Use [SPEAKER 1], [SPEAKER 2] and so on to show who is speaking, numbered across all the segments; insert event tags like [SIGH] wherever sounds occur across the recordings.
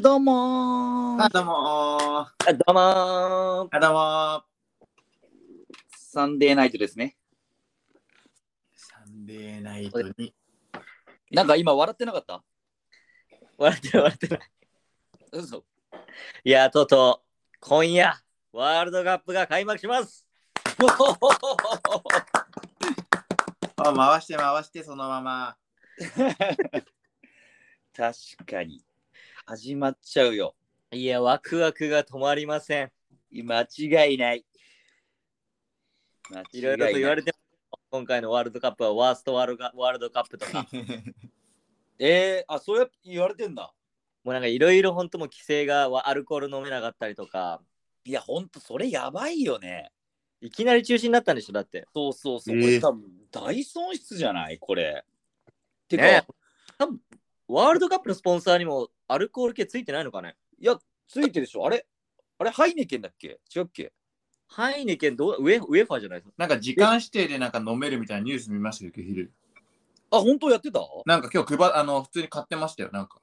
[SPEAKER 1] どうもー
[SPEAKER 2] あ、ど
[SPEAKER 1] あどう
[SPEAKER 2] うも
[SPEAKER 1] もー
[SPEAKER 2] ー。あ、どうも
[SPEAKER 1] サンデーナイトですね。
[SPEAKER 2] ー。サンデーナイトに。
[SPEAKER 1] なんか今笑ってなかった
[SPEAKER 3] 笑ってる笑ってる。
[SPEAKER 1] 嘘
[SPEAKER 3] いや、とうとう、今夜、ワールドカップが開幕します。
[SPEAKER 2] あ、回して回して、そのまま。 [LAUGHS]
[SPEAKER 3] 確かに。始まっちゃうよ。いや、ワクワクが止まりません。
[SPEAKER 1] 間違いない。間違
[SPEAKER 3] いろいろと言われ
[SPEAKER 1] て。
[SPEAKER 3] てます今回のワールドカップはワーストワールドカワールドカップとか、
[SPEAKER 1] えー、あ、そうやって言われてんだ。
[SPEAKER 3] もうなんかいろいろ本当もう規制がわアルコール飲めなかったりとか、
[SPEAKER 1] いや、ほんと、それやばいよね。
[SPEAKER 3] いきなり中止になったんでしょ、だって。
[SPEAKER 1] そうそうそう。
[SPEAKER 2] えー
[SPEAKER 1] これ多分大損失じゃないこれ。てか、
[SPEAKER 3] ね多分ワールドカップのスポンサーにもアルコール系ついてないのかね
[SPEAKER 1] いや、ついてるでしょ。あれあれ、ハイネケンだっけ違うっけ
[SPEAKER 3] ハイネケンどうウェ、ウェファーじゃないですか
[SPEAKER 2] なんか時間指定でなんか飲めるみたいなニュース見ましたよ、今日昼。
[SPEAKER 1] あ、本当やってた
[SPEAKER 2] なんか今日配、あの、普通に買ってましたよ、なんか。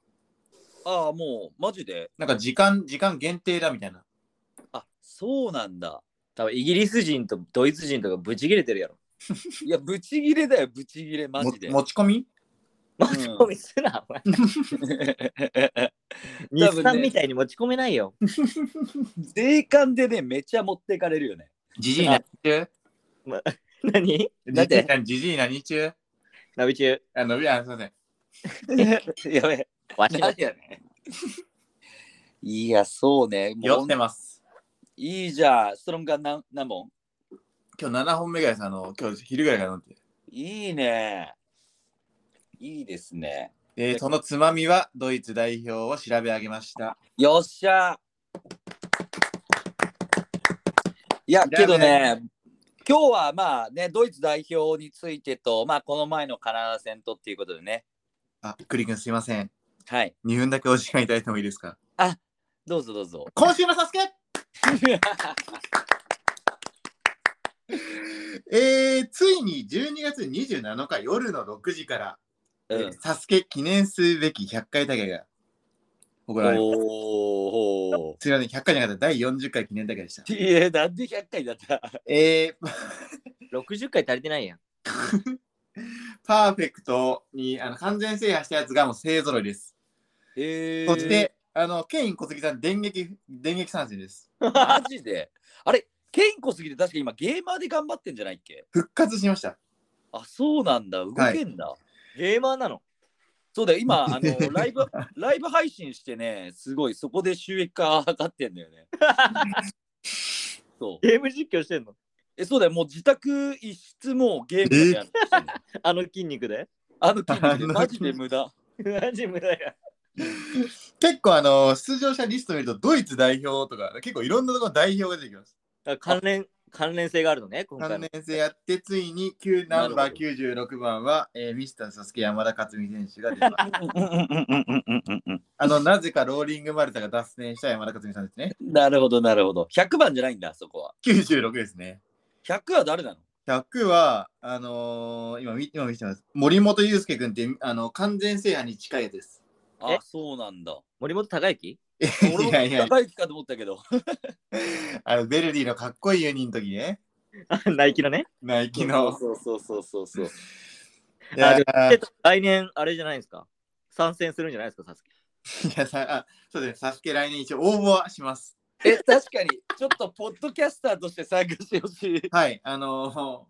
[SPEAKER 1] ああ、もう、マジで
[SPEAKER 2] なんか時間、時間限定だみたいな。
[SPEAKER 1] あ、そうなんだ。
[SPEAKER 3] 多分イギリス人とドイツ人とかブチ切れてるやろ。
[SPEAKER 1] いや、ブチギレだよ、ブチギレ、マ
[SPEAKER 2] も
[SPEAKER 1] ジで。
[SPEAKER 2] 持ち込み
[SPEAKER 3] 持ち込みすな、お前。
[SPEAKER 1] 多
[SPEAKER 3] 日
[SPEAKER 1] 分ね
[SPEAKER 3] 産みたいに持ち込めないよ。
[SPEAKER 1] 税関でね、めちゃ持ってかれるよね。
[SPEAKER 2] じじい何中
[SPEAKER 3] 何
[SPEAKER 1] だって
[SPEAKER 2] じじい何中
[SPEAKER 3] ナビ中。
[SPEAKER 2] あの、いや、すいません。
[SPEAKER 1] [LAUGHS] やべえ。
[SPEAKER 3] わし
[SPEAKER 1] 何
[SPEAKER 3] の
[SPEAKER 1] やね。いや、そうね。
[SPEAKER 2] 酔
[SPEAKER 1] も
[SPEAKER 2] っ
[SPEAKER 1] う
[SPEAKER 2] てます。
[SPEAKER 1] いいじゃん。ストロンガン何何本
[SPEAKER 2] 今日7本目ぐらいです、あの、今日昼ぐらいから飲んで。
[SPEAKER 1] いいね。いいですね。
[SPEAKER 2] えー、そのつまみはドイツ代表を調べ上げました。
[SPEAKER 1] よっしゃ。いや、けどね、今日はまあね、ドイツ代表についてと、まあこの前のカナダ戦とっていうことでね。
[SPEAKER 2] あ、栗くんすいません。
[SPEAKER 1] はい。
[SPEAKER 2] 2分だけお時間いただいてもいいですか
[SPEAKER 1] どうぞどうぞ。
[SPEAKER 2] 今週のサスケ [LAUGHS] えー、ついに12月27日夜の6時から、
[SPEAKER 1] うん、
[SPEAKER 2] サスケ記念すべき100回大会が行われます。
[SPEAKER 1] おお。
[SPEAKER 2] すいません、100回じゃなかった、第40回記念大会でした。
[SPEAKER 1] いや、なんで100回だった
[SPEAKER 2] えー、
[SPEAKER 3] 60回足りてないやん。
[SPEAKER 2] パーフェクトにあの完全制覇したやつがもう勢ぞろいです。
[SPEAKER 1] え
[SPEAKER 2] そして、あの、ケイン小杉さん、電撃、電撃参戦です。
[SPEAKER 1] マジであれ、ケインコすぎて確か今ゲーマーで頑張ってんじゃないっけ
[SPEAKER 2] 復活しました。
[SPEAKER 1] あ、そうなんだ。動けんだ。
[SPEAKER 3] ゲーマーなの。
[SPEAKER 1] そうだよ、今、あ [LAUGHS] の、ライブ、ライブ配信してね、すごい、そこで収益化上がってんだよね。そう。
[SPEAKER 3] ゲーム実況してんの
[SPEAKER 1] え、そうだよ、もう自宅一室もうゲームやってる
[SPEAKER 3] あの筋肉で
[SPEAKER 1] あの筋肉
[SPEAKER 2] あの
[SPEAKER 1] マジで無駄。
[SPEAKER 3] マジ無駄や。
[SPEAKER 2] 結構、あの、出場者リスト見ると、ドイツ代表とか、結構いろんなところの代表が出てきます。
[SPEAKER 3] あ関連、関連性があるのね、今回
[SPEAKER 2] 3
[SPEAKER 3] の
[SPEAKER 2] 年。生やって、ついに9
[SPEAKER 1] なるほ
[SPEAKER 2] ナン
[SPEAKER 1] ど
[SPEAKER 2] バー96番は、えーミスターサスケ山田勝美選手が出て
[SPEAKER 1] [LAUGHS]
[SPEAKER 2] ます。あの、なぜかローリングマルタが脱線した山田勝美さんですね。
[SPEAKER 1] なるほど、なるほど。100番じゃないんだ、そこは。
[SPEAKER 2] 96ですね。
[SPEAKER 1] 100は誰なの
[SPEAKER 2] 100は、あのー今見、今見てます。森本裕介君って、あの、完全制覇に近いやつです。 [LAUGHS]
[SPEAKER 1] あ
[SPEAKER 3] え、
[SPEAKER 1] そうなんだ。
[SPEAKER 3] 森本隆之
[SPEAKER 1] 俺も
[SPEAKER 2] いやいや
[SPEAKER 1] 高いかと思ったけど。
[SPEAKER 2] あの、ベルディのかっこいいユニの時ね。
[SPEAKER 3] あナイキのね。
[SPEAKER 2] ナイキの。
[SPEAKER 1] そうそうそうそうそう。
[SPEAKER 2] いや
[SPEAKER 3] あ
[SPEAKER 2] い
[SPEAKER 3] で
[SPEAKER 2] や
[SPEAKER 3] えっと来年、あれじゃないですか。参戦するんじゃないですか、サスケ。
[SPEAKER 2] いやさあそうですね、サスケ来年一応応募はします。
[SPEAKER 1] え、確かに、ちょっとポッドキャスターとして参加してほしい。
[SPEAKER 2] はい、あのーも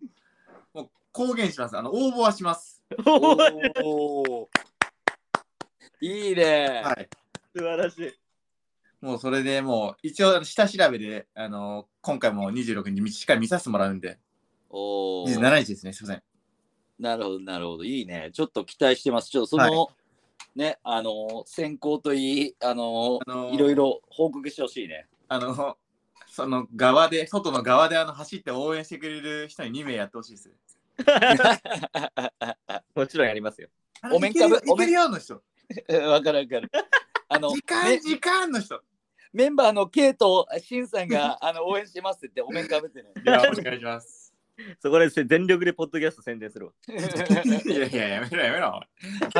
[SPEAKER 2] う公言します。あの、応募はします。
[SPEAKER 3] おい
[SPEAKER 1] おーいいね。
[SPEAKER 2] はい。
[SPEAKER 3] 素晴らしい。
[SPEAKER 2] もうそれでもう一応下調べで、あの今回も26日しっかり見させてもらうんで、
[SPEAKER 1] おお。
[SPEAKER 2] 27日ですね、すいません。
[SPEAKER 1] なるほど、なるほど。いいね。ちょっと期待してます。ちょっとその、ね、あのー、選考といい、あのー、
[SPEAKER 2] あの
[SPEAKER 1] いろい。ろ報告してほしいね。
[SPEAKER 2] あのその側で、外の側であの走って応援してくれる人に2名やってほしいです。
[SPEAKER 3] もちろんやりますよ。
[SPEAKER 1] お面かぶ [LAUGHS]
[SPEAKER 2] あのいけるいけるよの人。
[SPEAKER 1] わかるわかる。あの、
[SPEAKER 2] 時間、
[SPEAKER 1] ね
[SPEAKER 2] 時間の人。
[SPEAKER 1] メンバーのケイとシンさん
[SPEAKER 2] [LAUGHS]
[SPEAKER 1] があの応援しますって言ってお面かぶってね。
[SPEAKER 2] いや、お願いします。
[SPEAKER 3] そこで全力でポッドキャスト宣伝するわ。
[SPEAKER 2] [LAUGHS] いやいや、やめろやめろ。
[SPEAKER 1] ハ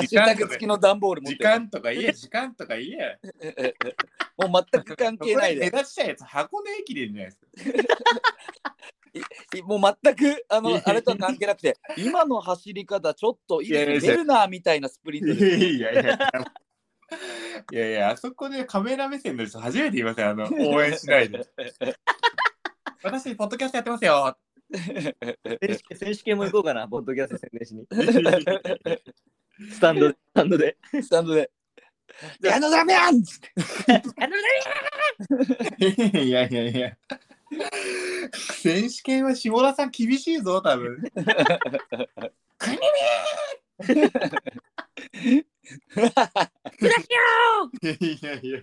[SPEAKER 1] ッシュタグ付きの段ボール持っ
[SPEAKER 2] 時
[SPEAKER 1] てね、
[SPEAKER 2] 間とか言え、時間とか言え。
[SPEAKER 1] もう全く関係ない
[SPEAKER 2] そこ
[SPEAKER 1] で
[SPEAKER 2] 目指したやつ、箱根駅伝じゃないですか。
[SPEAKER 1] もう全くあ
[SPEAKER 2] いや
[SPEAKER 1] の
[SPEAKER 2] いや
[SPEAKER 1] あれとは関係なくて今の走り方ちょっといい
[SPEAKER 2] いやいや
[SPEAKER 1] ですねベルナーみたいなスプリント
[SPEAKER 2] い [LAUGHS]
[SPEAKER 1] で
[SPEAKER 2] やいやいや。いやいや、あそこでカメラ目線の人初めて言いません、あの、応援しないで。私、ポッドキャストやってますよ。
[SPEAKER 3] 選手選手権も行こうか [LAUGHS] な、ポッドキャスト宣伝しに。スタンドで、スタンドで。
[SPEAKER 1] スタンドで「矢野ダメやん!」っつって
[SPEAKER 2] いやいやいや。選手権は下田さん厳しいぞ、多分。いやいやいや。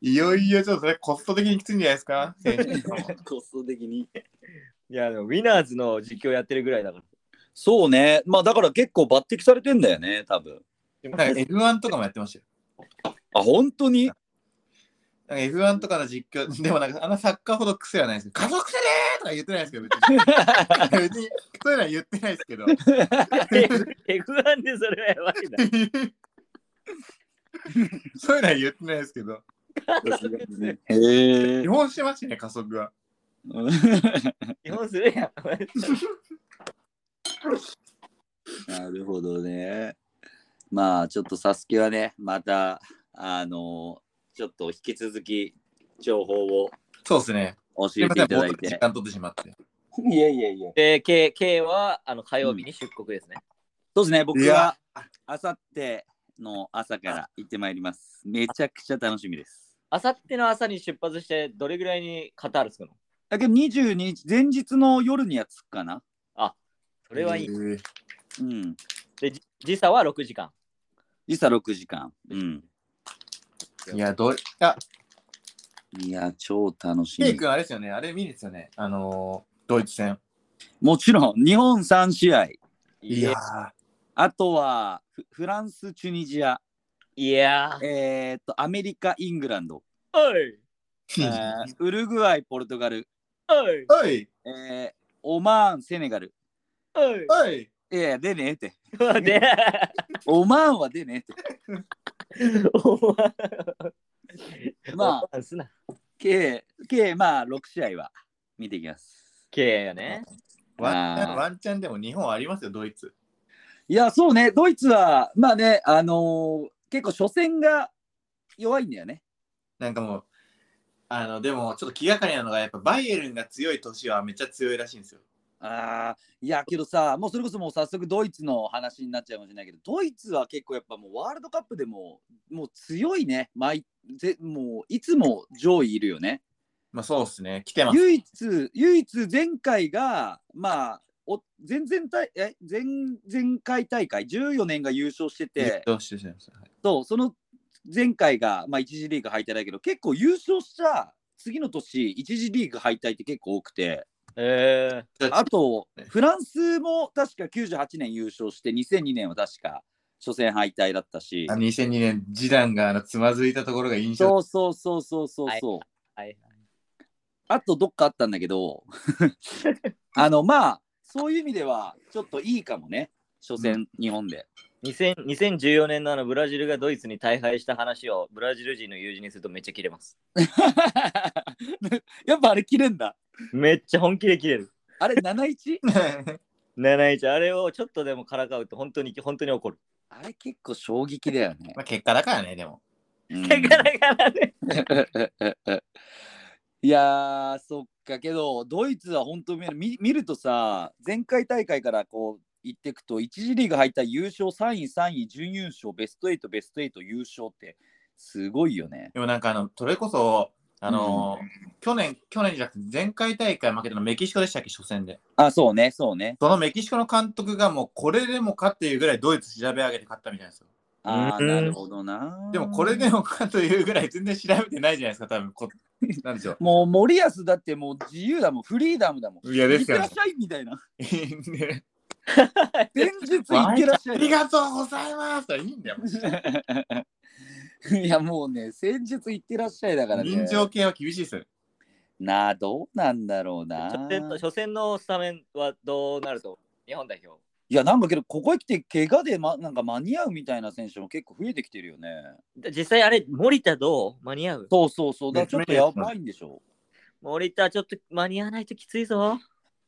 [SPEAKER 2] いよいよちょっとそれコスト的にきついんじゃないですか選手 [LAUGHS] 権も
[SPEAKER 1] コスト的に
[SPEAKER 3] いや、でもウィナーズの実況やってるぐらいだから。
[SPEAKER 1] そうねまあだから結構抜擢されてんだよね多分
[SPEAKER 2] なんか F1 とかもやってましたよ。
[SPEAKER 1] あ本当に
[SPEAKER 2] なんか F1 とかの実況、で [LAUGHS] もなんかあのサッカーほど癖はないですけど、家族せねーとか言ってないですけど、別 [LAUGHS] に。別にそういうのは言ってないですけど。
[SPEAKER 3] F1 でそれはやばいな。
[SPEAKER 2] そういうのは言ってないですけど。
[SPEAKER 1] へえ
[SPEAKER 2] 日本してましたね、加速は。
[SPEAKER 3] 基本するやん。
[SPEAKER 1] なるほどね。まあちょっとサスケはね、またあのちょっと引き続き情報を
[SPEAKER 2] そうですね。
[SPEAKER 1] 教
[SPEAKER 2] すい
[SPEAKER 1] え
[SPEAKER 2] ま
[SPEAKER 1] てい
[SPEAKER 2] せん、
[SPEAKER 1] た
[SPEAKER 2] も
[SPEAKER 1] だい
[SPEAKER 2] う時
[SPEAKER 1] て。
[SPEAKER 2] 間取ってしまって。
[SPEAKER 1] いやいやいや。
[SPEAKER 3] で、K, K はあの火曜日に出国ですね。
[SPEAKER 1] そうですね、僕
[SPEAKER 2] いや
[SPEAKER 1] はあさっての朝から行ってまいります。めちゃくちゃ楽しみです。
[SPEAKER 3] あさっての朝に出発して、どれぐらいにカタール着くの
[SPEAKER 1] だけど22日、前日の夜には着くかな。
[SPEAKER 3] それはいい。
[SPEAKER 2] い。
[SPEAKER 1] うん。
[SPEAKER 3] で、じ時差は6時間。
[SPEAKER 1] 時差6時間。うん。
[SPEAKER 2] いや、どう、あ、
[SPEAKER 1] いや、超楽し
[SPEAKER 2] ケイ
[SPEAKER 1] み。
[SPEAKER 2] 君あれですよね、あれ見るですよね、あのー、ドイツ戦。
[SPEAKER 1] もちろん、日本3試合。
[SPEAKER 2] いやー、
[SPEAKER 1] あとはフフランス、チュニジア。
[SPEAKER 3] いやー。
[SPEAKER 1] えーっと、アメリカ、イングランド、
[SPEAKER 3] おい
[SPEAKER 1] あーウルグアイ、ポルトガル、
[SPEAKER 3] おい
[SPEAKER 2] おい
[SPEAKER 1] えーオマーン、セネガル。
[SPEAKER 3] おい
[SPEAKER 2] おい
[SPEAKER 1] いやいや、出ねえって。
[SPEAKER 3] [LAUGHS] で、
[SPEAKER 1] オマーンは出ねえって。
[SPEAKER 3] お前
[SPEAKER 1] まあ、
[SPEAKER 3] あ、すな。
[SPEAKER 1] 計、計、まあ、6試合は見ていきます。
[SPEAKER 3] K やね。
[SPEAKER 2] ワンチャ
[SPEAKER 1] あー
[SPEAKER 2] ンワンチャンでも日本ありますよ、ドイツ。
[SPEAKER 1] いや、そうね、ドイツは、まあね、あのー結構、初戦が弱いんだよね。
[SPEAKER 2] なんかもう、あの、でもちょっと気がかりなのが、やっぱバイエルンが強い年はめっちゃ強いらしいんですよ。
[SPEAKER 1] あーいやけどさ、もうそれこそもう早速ドイツの話になっちゃうかもしれないけど、ドイツは結構やっぱもうワールドカップでももう強いね、毎ぜもういつも上位いるよね。
[SPEAKER 2] まあそうですね、来てます。
[SPEAKER 1] 唯一唯一前回がまあお前々大え前前回大会14年が優勝してて
[SPEAKER 2] どうしてしまいました。はい
[SPEAKER 1] とその前回がまあ1次リーグ敗退だけど結構優勝した次の年1次リーグ敗退って結構多くて
[SPEAKER 3] えー、
[SPEAKER 1] あと
[SPEAKER 2] ね
[SPEAKER 1] フランスも確か98年優勝して2002年は確か初戦敗退だったし
[SPEAKER 2] あの2002年、ジダンがあのつまずいたところが印象 [LAUGHS]
[SPEAKER 1] そうそうそうそうそうそう。
[SPEAKER 3] はい。
[SPEAKER 1] あとどっかあったんだけど、あのまあそういう意味ではちょっといいかもね、初戦日本で。 [LAUGHS]
[SPEAKER 3] 2000 2014年のあのブラジルがドイツに大敗した話をブラジル人の友人にするとめっちゃキレます。
[SPEAKER 1] やっぱあれ切れんだ。
[SPEAKER 3] めっちゃ本気でキレる。
[SPEAKER 1] あれ 7-1?
[SPEAKER 3] 71あれをちょっとでもからかうと本当に本当に怒る。
[SPEAKER 1] あれ結構衝撃だよね。
[SPEAKER 2] まあ結果だからね、でも。
[SPEAKER 3] [LAUGHS]
[SPEAKER 1] うん
[SPEAKER 3] だからからね。
[SPEAKER 1] いやーそっかけどドイツは本当見る見見るとさ前回大会からこう行ってくと1次リーグ敗退優勝3位3位準優勝ベスト8ベスト8優勝ってすごいよね。
[SPEAKER 2] でもなんかあの、それこそ、あのー去年、去年じゃなくて、前回大会負けたのメキシコでしたっけ、初戦で。
[SPEAKER 1] あそうねそうね。
[SPEAKER 2] そのメキシコの監督がもうこれでもかっていうぐらいドイツ調べ上げて勝ったみたいですよ。
[SPEAKER 1] ああ、
[SPEAKER 3] うん
[SPEAKER 1] なるほどな。
[SPEAKER 2] でもこれでもかというぐらい全然調べてないじゃないですか、多分こ [LAUGHS] なんでしょ
[SPEAKER 1] もう森保だってもう自由だもん、フリーダムだもん。
[SPEAKER 2] う。いや
[SPEAKER 1] いってらっしゃいみたいな。
[SPEAKER 2] ね。
[SPEAKER 1] 前日いってらっしゃ
[SPEAKER 2] あ
[SPEAKER 1] い。
[SPEAKER 2] りがとうございますとかいいんだよ。もう
[SPEAKER 1] [LAUGHS] いやもうね、戦術いってらっしゃいだからね。
[SPEAKER 2] 臨場系は厳しいですよ。
[SPEAKER 1] なあ、どうなんだろうな。
[SPEAKER 3] 初戦と初戦のスタメンはどうなると日本代表。
[SPEAKER 1] いや、なんかけど、ここへ来て、怪我で、ま、なんか間に合うみたいな選手も結構増えてきてるよね。
[SPEAKER 3] で実際あれ、森田どう間に合う
[SPEAKER 1] そうそうそう、だから
[SPEAKER 2] ね
[SPEAKER 1] ちょっとやばいんでしょ。
[SPEAKER 3] 森田ちょっと間に合わないときついぞ。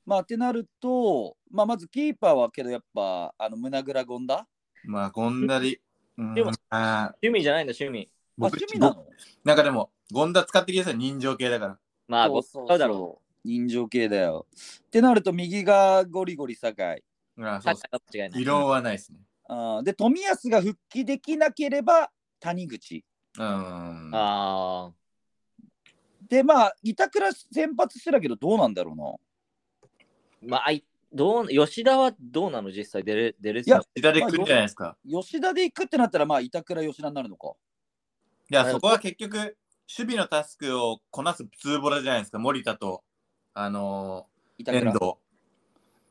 [SPEAKER 1] まあ、ってなると、まあ、まずキーパーはけど、やっぱ、あの、胸ぐらゴンダ
[SPEAKER 2] まあ、ゴンダリ。うん
[SPEAKER 3] でも
[SPEAKER 2] あー
[SPEAKER 3] 趣味じゃないんだ、趣味。
[SPEAKER 1] あ、
[SPEAKER 2] 僕
[SPEAKER 1] 趣味なの
[SPEAKER 2] なんかでも、ゴンダ使ってください、人情系だから。
[SPEAKER 3] まあ、ご
[SPEAKER 1] そ
[SPEAKER 3] そうだろ
[SPEAKER 1] う。人情系だよ。ってなると、右がゴリゴリ酒井。
[SPEAKER 2] あーそ
[SPEAKER 3] う。サ
[SPEAKER 2] う
[SPEAKER 3] ッカーと違いない。
[SPEAKER 2] 異論はないですね。
[SPEAKER 1] あーで、冨安が復帰できなければ、谷口。
[SPEAKER 2] うん。
[SPEAKER 3] ああ。
[SPEAKER 1] で、まあ、板倉先発してたけど、どうなんだろうな。
[SPEAKER 3] まあ、あいどう吉田はどうなの実際出れ出れ
[SPEAKER 1] いや
[SPEAKER 2] 左来るじゃないですか。
[SPEAKER 1] 吉田で行くってなったら、まあ、板倉、吉田になるのか。
[SPEAKER 2] いや、そこは結局、守備のタスクをこなすツーボラじゃないですか、森田と、あの
[SPEAKER 1] 板
[SPEAKER 2] ー、
[SPEAKER 1] 倉
[SPEAKER 2] 遠藤。だか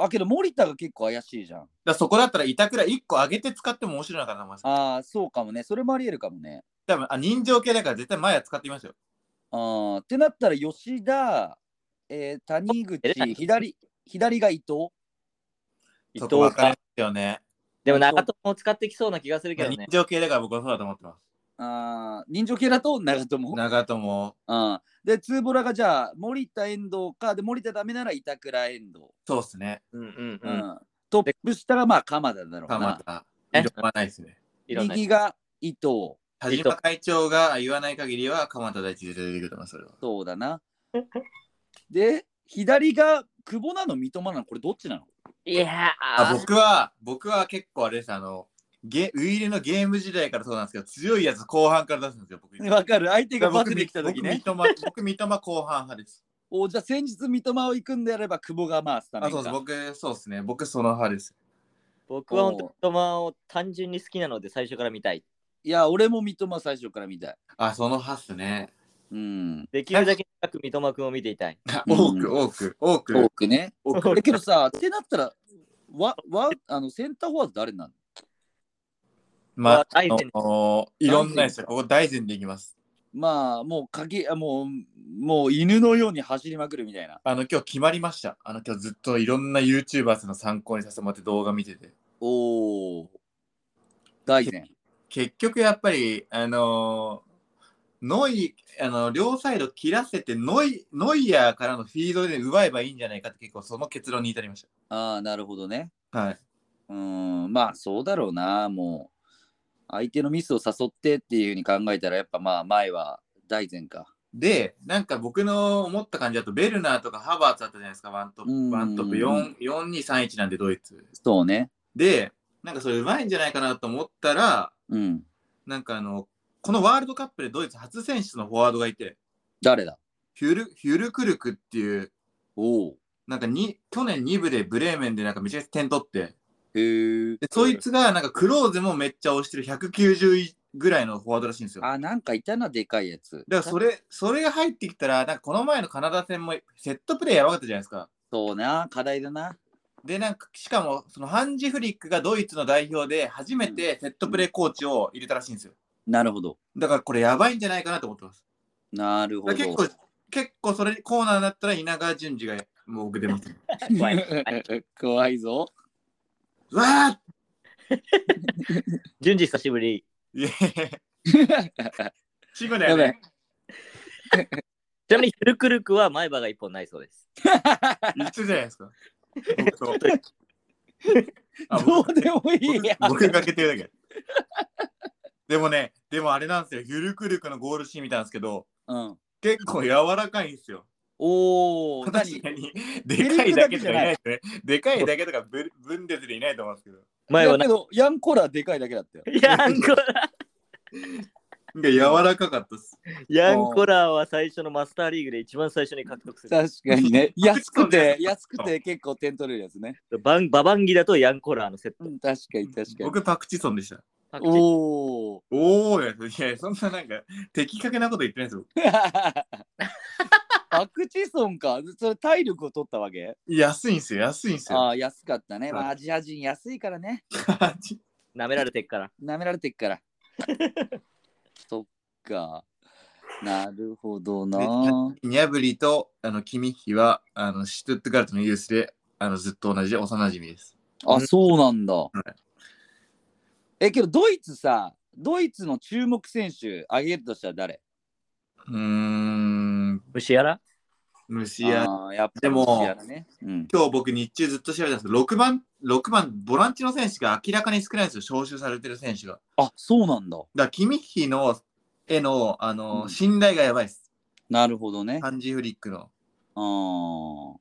[SPEAKER 1] あ、けど森田が結構怪しいじゃん。
[SPEAKER 2] らそこだったら板倉1個上げて使っても面白いのかなと思います。
[SPEAKER 1] ああ、そうかもね。それもありえるかもね。
[SPEAKER 2] 多分あ人情系だから絶対前は使ってみますよ。
[SPEAKER 1] あーってなったら、吉田、えー谷
[SPEAKER 3] 出れな
[SPEAKER 1] 口、
[SPEAKER 3] い
[SPEAKER 1] 左、左が伊藤。
[SPEAKER 3] 伊
[SPEAKER 2] そ
[SPEAKER 3] 藤
[SPEAKER 2] こ分かれ
[SPEAKER 3] か
[SPEAKER 2] ま。すよね。
[SPEAKER 3] でも長友を使ってきそうな気がするけど
[SPEAKER 2] 人
[SPEAKER 3] ね。
[SPEAKER 2] 情系だから僕はそうだと思ってます。
[SPEAKER 1] あー人情系だと長友。
[SPEAKER 2] 長友。
[SPEAKER 1] うん、で、ツーボラがじゃあ、森田遠藤か、で、森田ダメなら板倉遠藤。
[SPEAKER 2] そうですね。
[SPEAKER 3] うんうん
[SPEAKER 1] う
[SPEAKER 3] うん。
[SPEAKER 1] ん。トップしたら、まあ、鎌田だろう
[SPEAKER 2] 鎌
[SPEAKER 1] な。
[SPEAKER 2] 田。
[SPEAKER 3] え
[SPEAKER 2] 異論はないですね。
[SPEAKER 3] いろんな。
[SPEAKER 1] 右が伊藤。
[SPEAKER 2] 田島会長が言わない限りは鎌田大地で出てくると思います、それは。
[SPEAKER 1] そうだ
[SPEAKER 2] [LAUGHS]
[SPEAKER 1] な。で、左が久保なの、三笘なの、これどっちなの
[SPEAKER 3] いやー
[SPEAKER 2] あ僕は、僕は結構あれです、あの、ゲウイイレのゲーム時代からそうなんですけど、強いやつ後半から出すんですよ、僕。
[SPEAKER 1] [LAUGHS]
[SPEAKER 2] [LAUGHS]
[SPEAKER 1] わかる相手がバ
[SPEAKER 2] 僕
[SPEAKER 1] スできた時ね。
[SPEAKER 2] 僕三笘、 [LAUGHS] 僕、三笘後半派です。
[SPEAKER 1] おじゃあ先日三笘を行くんであれば久保がまあスタメ
[SPEAKER 2] あ、
[SPEAKER 1] ン
[SPEAKER 2] そうです。
[SPEAKER 1] か。
[SPEAKER 2] 僕、そうですね。僕、その派です。
[SPEAKER 3] 僕は本当に三笘を単純に好きなので最初から見たい。
[SPEAKER 1] いや俺も三笘最初から見たい。
[SPEAKER 2] あ、その派っすね。
[SPEAKER 1] うん。
[SPEAKER 3] できるだけ長く三笘君を見ていたい。
[SPEAKER 2] [LAUGHS] 多
[SPEAKER 1] う
[SPEAKER 2] く、
[SPEAKER 1] ん
[SPEAKER 2] 多く、多
[SPEAKER 1] 多
[SPEAKER 2] く。
[SPEAKER 1] くね。
[SPEAKER 2] 多
[SPEAKER 1] だけどさってなったらわわあのセンターフォワード誰なの
[SPEAKER 2] まあ、あ
[SPEAKER 3] 大
[SPEAKER 2] の
[SPEAKER 3] 前
[SPEAKER 2] いろんなやつ、ここ大前でいきます。
[SPEAKER 1] まあもう鍵あもうもう犬のように走りまくるみたいな。
[SPEAKER 2] あの、今日決まりました。あの、今日ずっといろんな YouTubers の参考にさせてもらって動画見てて。
[SPEAKER 1] おお。大然。
[SPEAKER 2] 結局やっぱりあのーノイあの両サイド切らせてノイノイヤーからのフィードで奪えばいいんじゃないかって結構その結論に至りまし
[SPEAKER 1] ああなるほどね。
[SPEAKER 2] た。はい。
[SPEAKER 1] うんまあそうだろうなもう相手のミスを誘ってっていうふうに考えたらやっぱまあ前は大然か。
[SPEAKER 2] で、なんか僕の思った感じだとベルナーとかハバーツあったじゃないですか、ワントッ
[SPEAKER 1] うん
[SPEAKER 2] プ、ワントップ4 4231なんでドイツ。
[SPEAKER 1] そうね。
[SPEAKER 2] で、なんかそれうまいんじゃないかなと思ったら、
[SPEAKER 1] うん。
[SPEAKER 2] なんかあの、このワールドカップでドイツ初選出のフォワードがいて、
[SPEAKER 1] 誰だ
[SPEAKER 2] ヒュルヒュルクルクっていう、
[SPEAKER 1] おお。
[SPEAKER 2] なんかに去年2部でブレーメンでなんかめちゃくちゃ点取って、
[SPEAKER 1] へえ。
[SPEAKER 2] で、そいつが、なんか、クローズもめっちゃ押してる190位ぐらいのフォワードらしいんですよ。だか
[SPEAKER 1] あ、なんかいたな、でかいやつ。
[SPEAKER 2] ら、それ、それが入ってきたら、なんか、この前のカナダ戦もセットプレーやばかったじゃないですか。
[SPEAKER 1] そうな、課題だな。
[SPEAKER 2] で、なんか、しかも、そのハンジ・フリックがドイツの代表で、初めてセットプレーコーチを入れたらしいんですよ。
[SPEAKER 1] なるほど。
[SPEAKER 2] だから、これやばいんじゃないかなと思ってます。
[SPEAKER 1] なるほ
[SPEAKER 2] だ
[SPEAKER 1] ど。
[SPEAKER 2] から結構、結構、それ、コーナーになったら、稲川淳二が、もう僕出ます。
[SPEAKER 1] [LAUGHS]
[SPEAKER 3] 怖い
[SPEAKER 1] 怖いぞ。
[SPEAKER 2] うわ
[SPEAKER 3] 順次久しぶり。
[SPEAKER 2] ーいえ死後だ
[SPEAKER 1] や
[SPEAKER 2] よ
[SPEAKER 1] べえ
[SPEAKER 2] ね。。
[SPEAKER 3] ちなみにヒルクルクは前歯が一本ないそうです。
[SPEAKER 2] 言ってたじゃない
[SPEAKER 1] [LAUGHS]
[SPEAKER 2] ですか。僕とあ僕
[SPEAKER 1] どうでもいいや。
[SPEAKER 2] 僕がけてるだけ。でもね、でもあれなんですよ、ゆるくるくのゴールシーン見たんですけど、
[SPEAKER 1] うん。
[SPEAKER 2] 結構柔らかいんですよ。
[SPEAKER 1] おお。
[SPEAKER 2] 確
[SPEAKER 1] 何
[SPEAKER 2] かに、でかいだけとかいないですね。でかいだけとかブブンデスでいないと思うんですけど。
[SPEAKER 3] 前は
[SPEAKER 1] だ
[SPEAKER 3] な
[SPEAKER 1] けど、ヤンコラでかいだけだったよ。
[SPEAKER 3] ヤンコラ
[SPEAKER 2] いや、柔らかかったっす。
[SPEAKER 3] ヤンコラは最初のマスターリーグで一番最初に獲得する。
[SPEAKER 1] 確かにね。安くて、
[SPEAKER 2] そう
[SPEAKER 1] 安くて結構点取れるやつね。
[SPEAKER 3] バンババンギだとヤンコラのセット
[SPEAKER 1] うん、確かに確かに。
[SPEAKER 2] 僕、パクチソンでした。
[SPEAKER 3] パクチー。
[SPEAKER 1] おお。
[SPEAKER 2] おーいや、そんななんか、的確なこと言ってないですよ。
[SPEAKER 1] パクチソンか。それ体力を取ったわけ
[SPEAKER 2] 安いんすよ、安いんすよ。
[SPEAKER 1] ああ、安かったね。まあ、アジア人安いからね。
[SPEAKER 3] 舐められてっから。
[SPEAKER 1] [LAUGHS] 舐められてっから。そっか。なるほどな。
[SPEAKER 2] ニャブリとあのキミッヒはあのシュトゥットガルトのユースであのずっと同じ幼馴染です。
[SPEAKER 1] あ、そうなんだ
[SPEAKER 2] い。
[SPEAKER 1] え、けどドイツさ、ドイツの注目選手挙げるとしたら誰
[SPEAKER 2] うーん、
[SPEAKER 3] 虫やら
[SPEAKER 2] 虫や。
[SPEAKER 1] あーやっぱ
[SPEAKER 2] でも
[SPEAKER 1] ムシアラねうん、
[SPEAKER 2] 今日僕日中ずっと調べたんですけど、6番、6番、ボランチの選手が明らかに少ないんですよ、招集されてる選手が。だか
[SPEAKER 1] あ、そうなんだ。
[SPEAKER 2] ら、キミッヒのへの、あの、
[SPEAKER 1] うん
[SPEAKER 2] 信頼がやばいです。
[SPEAKER 1] なるほどね。
[SPEAKER 2] ハンジフリックの。
[SPEAKER 1] あー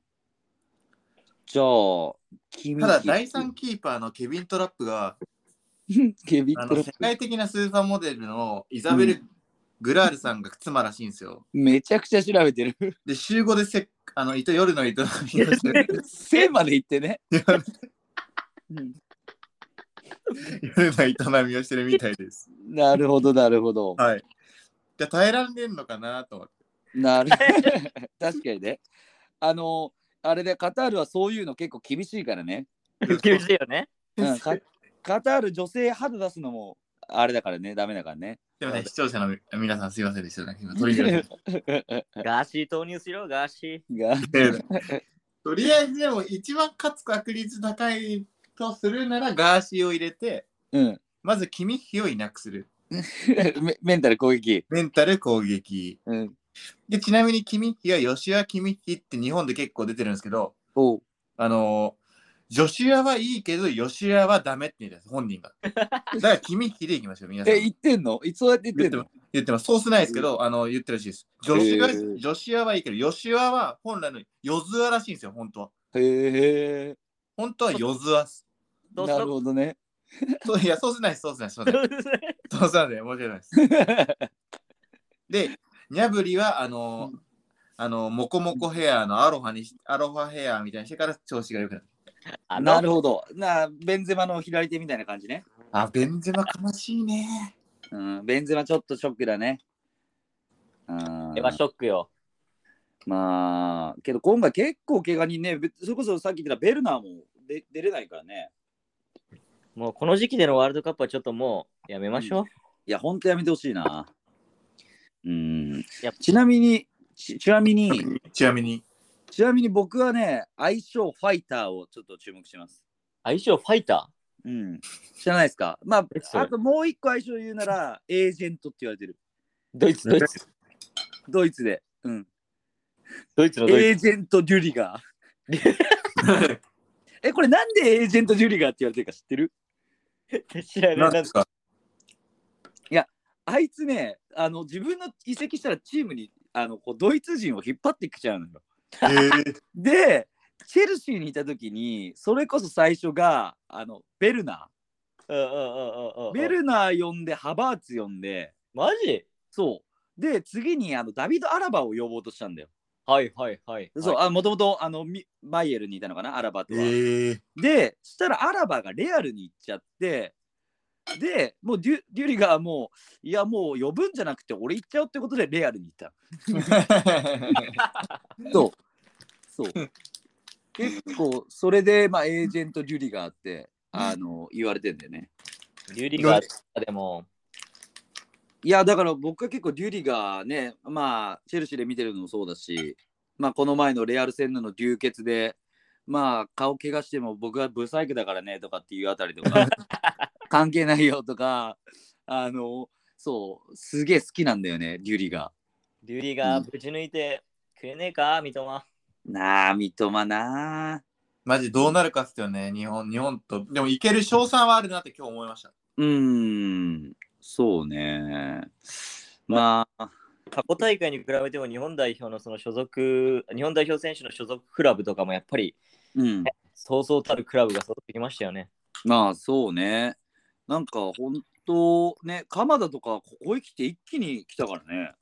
[SPEAKER 1] じゃあ、君
[SPEAKER 2] ただ、第3キーパーのケビン・トラップが、
[SPEAKER 1] ケビ [LAUGHS]
[SPEAKER 2] あ
[SPEAKER 1] ットラ
[SPEAKER 2] の、世
[SPEAKER 1] ップ
[SPEAKER 2] 界的なスーパーモデルのイザベル・グラールさんが妻らしいんですよ。
[SPEAKER 1] めちゃくちゃ調べ
[SPEAKER 2] [LAUGHS]
[SPEAKER 1] てる。
[SPEAKER 2] で、週5でせっあの、いと夜の営みをしてる
[SPEAKER 1] せまで行ってね。うん
[SPEAKER 2] 夜の営みをしてるみた
[SPEAKER 1] [LAUGHS]
[SPEAKER 2] いです。
[SPEAKER 1] なるほど、なるほど。
[SPEAKER 2] はい。じゃあ耐えられんのかなと思って。
[SPEAKER 1] なる [LAUGHS] 確かにね。あの、あれでカタールはそういうの結構厳しいからね。
[SPEAKER 3] 厳しいよね。
[SPEAKER 1] うん、かカタール女性肌出すのもあれだからね、ダメだからね。 [LAUGHS]
[SPEAKER 2] すいません、視聴者の皆さんすいませんでしたね。今取り上げまし
[SPEAKER 3] ガーシー投入しろ、ガーシ
[SPEAKER 1] が
[SPEAKER 2] た [LAUGHS] とりあえずでも一番勝つ確率高いとするならガーシーを入れて、
[SPEAKER 1] うん、 [LAUGHS]
[SPEAKER 2] まず君ヒをいなくする。
[SPEAKER 1] メメンタル攻撃。
[SPEAKER 2] メンタル攻撃。
[SPEAKER 1] うん、
[SPEAKER 2] でちなみに君ヒは吉羽君ヒって日本で結構出てるんですけど、
[SPEAKER 1] おう
[SPEAKER 2] あのー、ジョシュアはいいけど、吉羽はダメって言うんです、本人が。 [LAUGHS] だから君ヒでいきましょう、皆さん。
[SPEAKER 1] え、言ってんのいそうやって言
[SPEAKER 2] 言
[SPEAKER 1] っ
[SPEAKER 2] って
[SPEAKER 1] ん
[SPEAKER 2] てま
[SPEAKER 1] の
[SPEAKER 2] す。言ってます。そうしないですけど、あの、言ってるらしいです。ジョシュア、
[SPEAKER 1] へー
[SPEAKER 2] ジョシュアはいいけど、ヨシュアは本来のヨズアらしいんですよ、本当は。
[SPEAKER 1] へえ。
[SPEAKER 2] 本当はヨズアっ [LAUGHS] す。
[SPEAKER 3] どう
[SPEAKER 1] なるほどね。
[SPEAKER 2] そういや、そうしないです、そうしないです。すいません
[SPEAKER 3] ー。
[SPEAKER 2] そうしないです。申し訳ないです。で、ニャブリは、あのー、あの、モコモコヘアのアロハにし、アロハヘアみたいにしてから調子が良くなる。
[SPEAKER 3] あ
[SPEAKER 1] なる
[SPEAKER 3] ほ
[SPEAKER 1] ほど。なベンゼマの左手みたいな感じね。
[SPEAKER 2] あ、ベンゼマ悲しいね。
[SPEAKER 1] うん、ベンゼマちょっとショックだね。うん
[SPEAKER 3] ど。ではショックよ。
[SPEAKER 1] まあ、けど今回結構怪我人ね、べそれこそさっき言ってたベルナーも出出れないからね。
[SPEAKER 3] もうこの時期でのワールドカップはちょっともうやめましょう。
[SPEAKER 1] いや、ほんとやめてほしいな。うん
[SPEAKER 3] やっ。
[SPEAKER 1] ちなみに、ちちなみに、
[SPEAKER 2] ちなみ [LAUGHS] に、
[SPEAKER 1] ちなみに僕はね、相性ファイターをちょっと注目します。
[SPEAKER 3] 相性ファイタ
[SPEAKER 1] うん。知らないですかま
[SPEAKER 3] えそ
[SPEAKER 1] あ、
[SPEAKER 3] れ
[SPEAKER 1] あともう一個相性言うなら、エージェントって言われてる。
[SPEAKER 3] ードイツ、ドイツ、
[SPEAKER 1] ドイツで。うん。
[SPEAKER 3] ドイツのドイツ。
[SPEAKER 1] エージェント・デュリガー。え、これなんでエージェント・デュリガーって言われてるか知ってる
[SPEAKER 3] 知らな
[SPEAKER 2] ないんですか
[SPEAKER 1] あいつね、あの自分の移籍したらチームにあのこうドイツ人を引っ張ってきちゃうのよ。
[SPEAKER 2] えー、
[SPEAKER 1] で、チェルシーにいた時に、それこそ最初があのベルナ
[SPEAKER 3] うんうんうんうんうん
[SPEAKER 1] ー。ベルナー呼んで、ハバーツ呼んで、
[SPEAKER 3] マジ
[SPEAKER 1] そう。で、次にあのダビド・アラバを呼ぼうとしたんだよ。
[SPEAKER 3] はいはいはい。
[SPEAKER 1] そう、あもともとあのミマイエルにいたのかな、アラバと
[SPEAKER 2] え
[SPEAKER 1] は。
[SPEAKER 2] [LAUGHS] ー、
[SPEAKER 1] で、そしたらアラバがレアルに行っちゃって、で、もうデュデュリガーもう、いや、もう呼ぶんじゃなくて、俺行っちゃうってことでレアルに行ったの。そう。そう。結構、それで、まあ、エージェント・デュリガーって、あの、言われてんだよね。
[SPEAKER 3] リュリガーとかでも、
[SPEAKER 1] いや、だから僕は結構、デュリガーね、まあ、チェルシーで見てるのもそうだし、まあ、この前のレアル戦での流血で、まあ、顔怪我しても僕はブサイクだからねとかっていうあたりと [LAUGHS] か、関係ないよとか、あの、そう、すげえ好きなんだよね、デュリガー。
[SPEAKER 3] リュリガーぶち抜いてくれねえか、三笘。
[SPEAKER 1] なあ、三笘なあ。
[SPEAKER 2] マジどうなるかっすよね、日本、日本と。でも、いける賞賛はあるなって今日思いました。
[SPEAKER 1] うーん、そうね。まあ、
[SPEAKER 3] 過去大会に比べても日本代表のその所属、日本代表選手の所属クラブとかもやっぱり
[SPEAKER 1] うん、
[SPEAKER 3] そうそうたるクラブが揃ってきましたよね。
[SPEAKER 1] まあそうね。なんか本当ね、鎌田とかここへ来て一気に来たからね。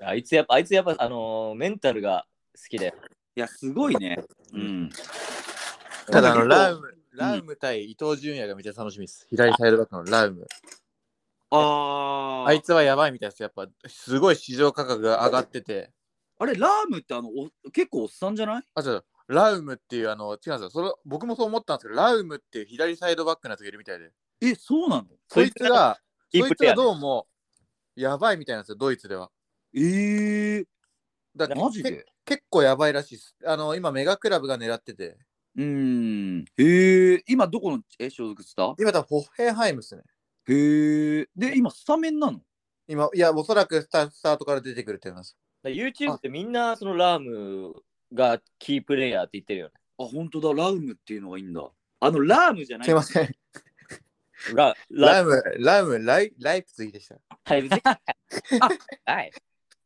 [SPEAKER 3] あいつやっぱ、あいつやっぱ、あのーメンタルが好きで。
[SPEAKER 1] いや、すごいね。うん。
[SPEAKER 2] ただあのラウ
[SPEAKER 1] ム。
[SPEAKER 2] ム、ラウム対伊東純也がめっちゃ楽しみです。左サイドバックのラウム。
[SPEAKER 1] あ
[SPEAKER 2] あ
[SPEAKER 1] あ
[SPEAKER 2] いつはやばいみたいです。やっぱすごい市場価格が上がってて。
[SPEAKER 1] あれ、ラームってあのお結構おっさんじゃない
[SPEAKER 2] あ、ちょっとラウムっていうあの、違うんですよ。それ僕もそう思ったんですけど、ラウムっていう左サイドバックのやつがいるみたいで。
[SPEAKER 1] え、そうなの
[SPEAKER 2] そいつが、
[SPEAKER 3] いい
[SPEAKER 2] そい
[SPEAKER 3] プ
[SPEAKER 2] つ
[SPEAKER 3] レイヤ
[SPEAKER 2] が
[SPEAKER 3] ーね
[SPEAKER 2] どうも、やばいみたいなんですよ、ドイツでは。
[SPEAKER 1] ええ
[SPEAKER 2] だから
[SPEAKER 1] マジ
[SPEAKER 2] け
[SPEAKER 1] で
[SPEAKER 2] 結構やばいらしいです。あの、今メガクラブが狙ってて、
[SPEAKER 1] うーん。へえ、今どこのえ所属した
[SPEAKER 2] 今多分ホッヘンハイムですね。
[SPEAKER 1] へえ。で、今スタメンなの
[SPEAKER 2] 今、いや、おそらくスタスタートから出てくるって言います。
[SPEAKER 3] ら YouTube ってみんなそのラームがキープレイヤーって言ってるよね。
[SPEAKER 1] あ、本当だ、ラウムっていうのがいいんだ。あの、ラームじゃない
[SPEAKER 2] すいません。
[SPEAKER 3] ラ、
[SPEAKER 2] ラ
[SPEAKER 3] ラ、
[SPEAKER 2] ム、ラム、ライライプツィでした。
[SPEAKER 3] タイムはい。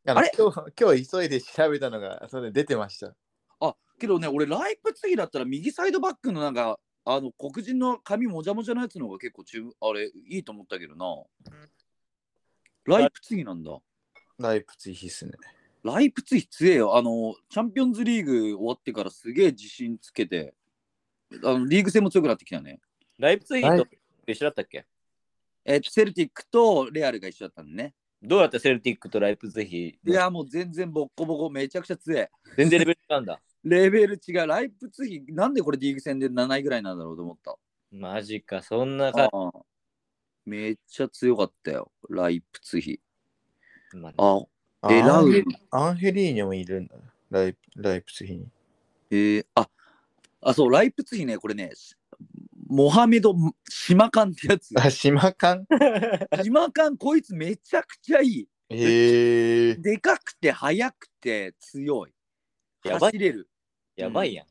[SPEAKER 2] あの
[SPEAKER 1] あれ
[SPEAKER 2] 今日今日急いで調べたのが、それで出てました。
[SPEAKER 1] けどね、俺、ライプツィだったら右サイドバックのなんか、あの黒人の髪もじゃもじゃのやつの方が結構注目あれいいと思ったけどな。ライプツィなんだ。
[SPEAKER 2] ライプツィ必須ね。
[SPEAKER 1] ライプツィ強えよ。あの、チャンピオンズリーグ終わってからすげえ自信つけて、あのリーグ戦も強くなってきたね。
[SPEAKER 3] ライプツイート一緒だったっけ
[SPEAKER 1] えっと、セルティックとレアルが一緒だったんでね。
[SPEAKER 3] どうやったセルティックとライプツヒ
[SPEAKER 1] いや、もう全然ボッコボコ、めちゃくちゃ強え。
[SPEAKER 3] 全然レベル違うんだ。
[SPEAKER 1] レベル違う。ライプツヒ、なんでこれリーグ戦で7位ぐらいなんだろうと思った。
[SPEAKER 3] マジか、そんな
[SPEAKER 1] あ
[SPEAKER 3] か。
[SPEAKER 1] あめっちゃ強かったよ。ライプツヒ。
[SPEAKER 3] まあ
[SPEAKER 1] あ、えラウム。
[SPEAKER 2] アンヘリーニョもいるんだ。ライライプツィに。
[SPEAKER 1] えーあ、あ、そう、ライプツヒね、これね、しモハメド・シマカンってや
[SPEAKER 3] [LAUGHS]
[SPEAKER 1] つ。
[SPEAKER 2] あ、島間
[SPEAKER 1] シマカン、こいつめちゃくちゃいい。
[SPEAKER 2] へ [LAUGHS] え。
[SPEAKER 1] でかくて、速くて、強い。
[SPEAKER 3] やばい
[SPEAKER 1] 走れる。
[SPEAKER 3] [LAUGHS] やばいやん。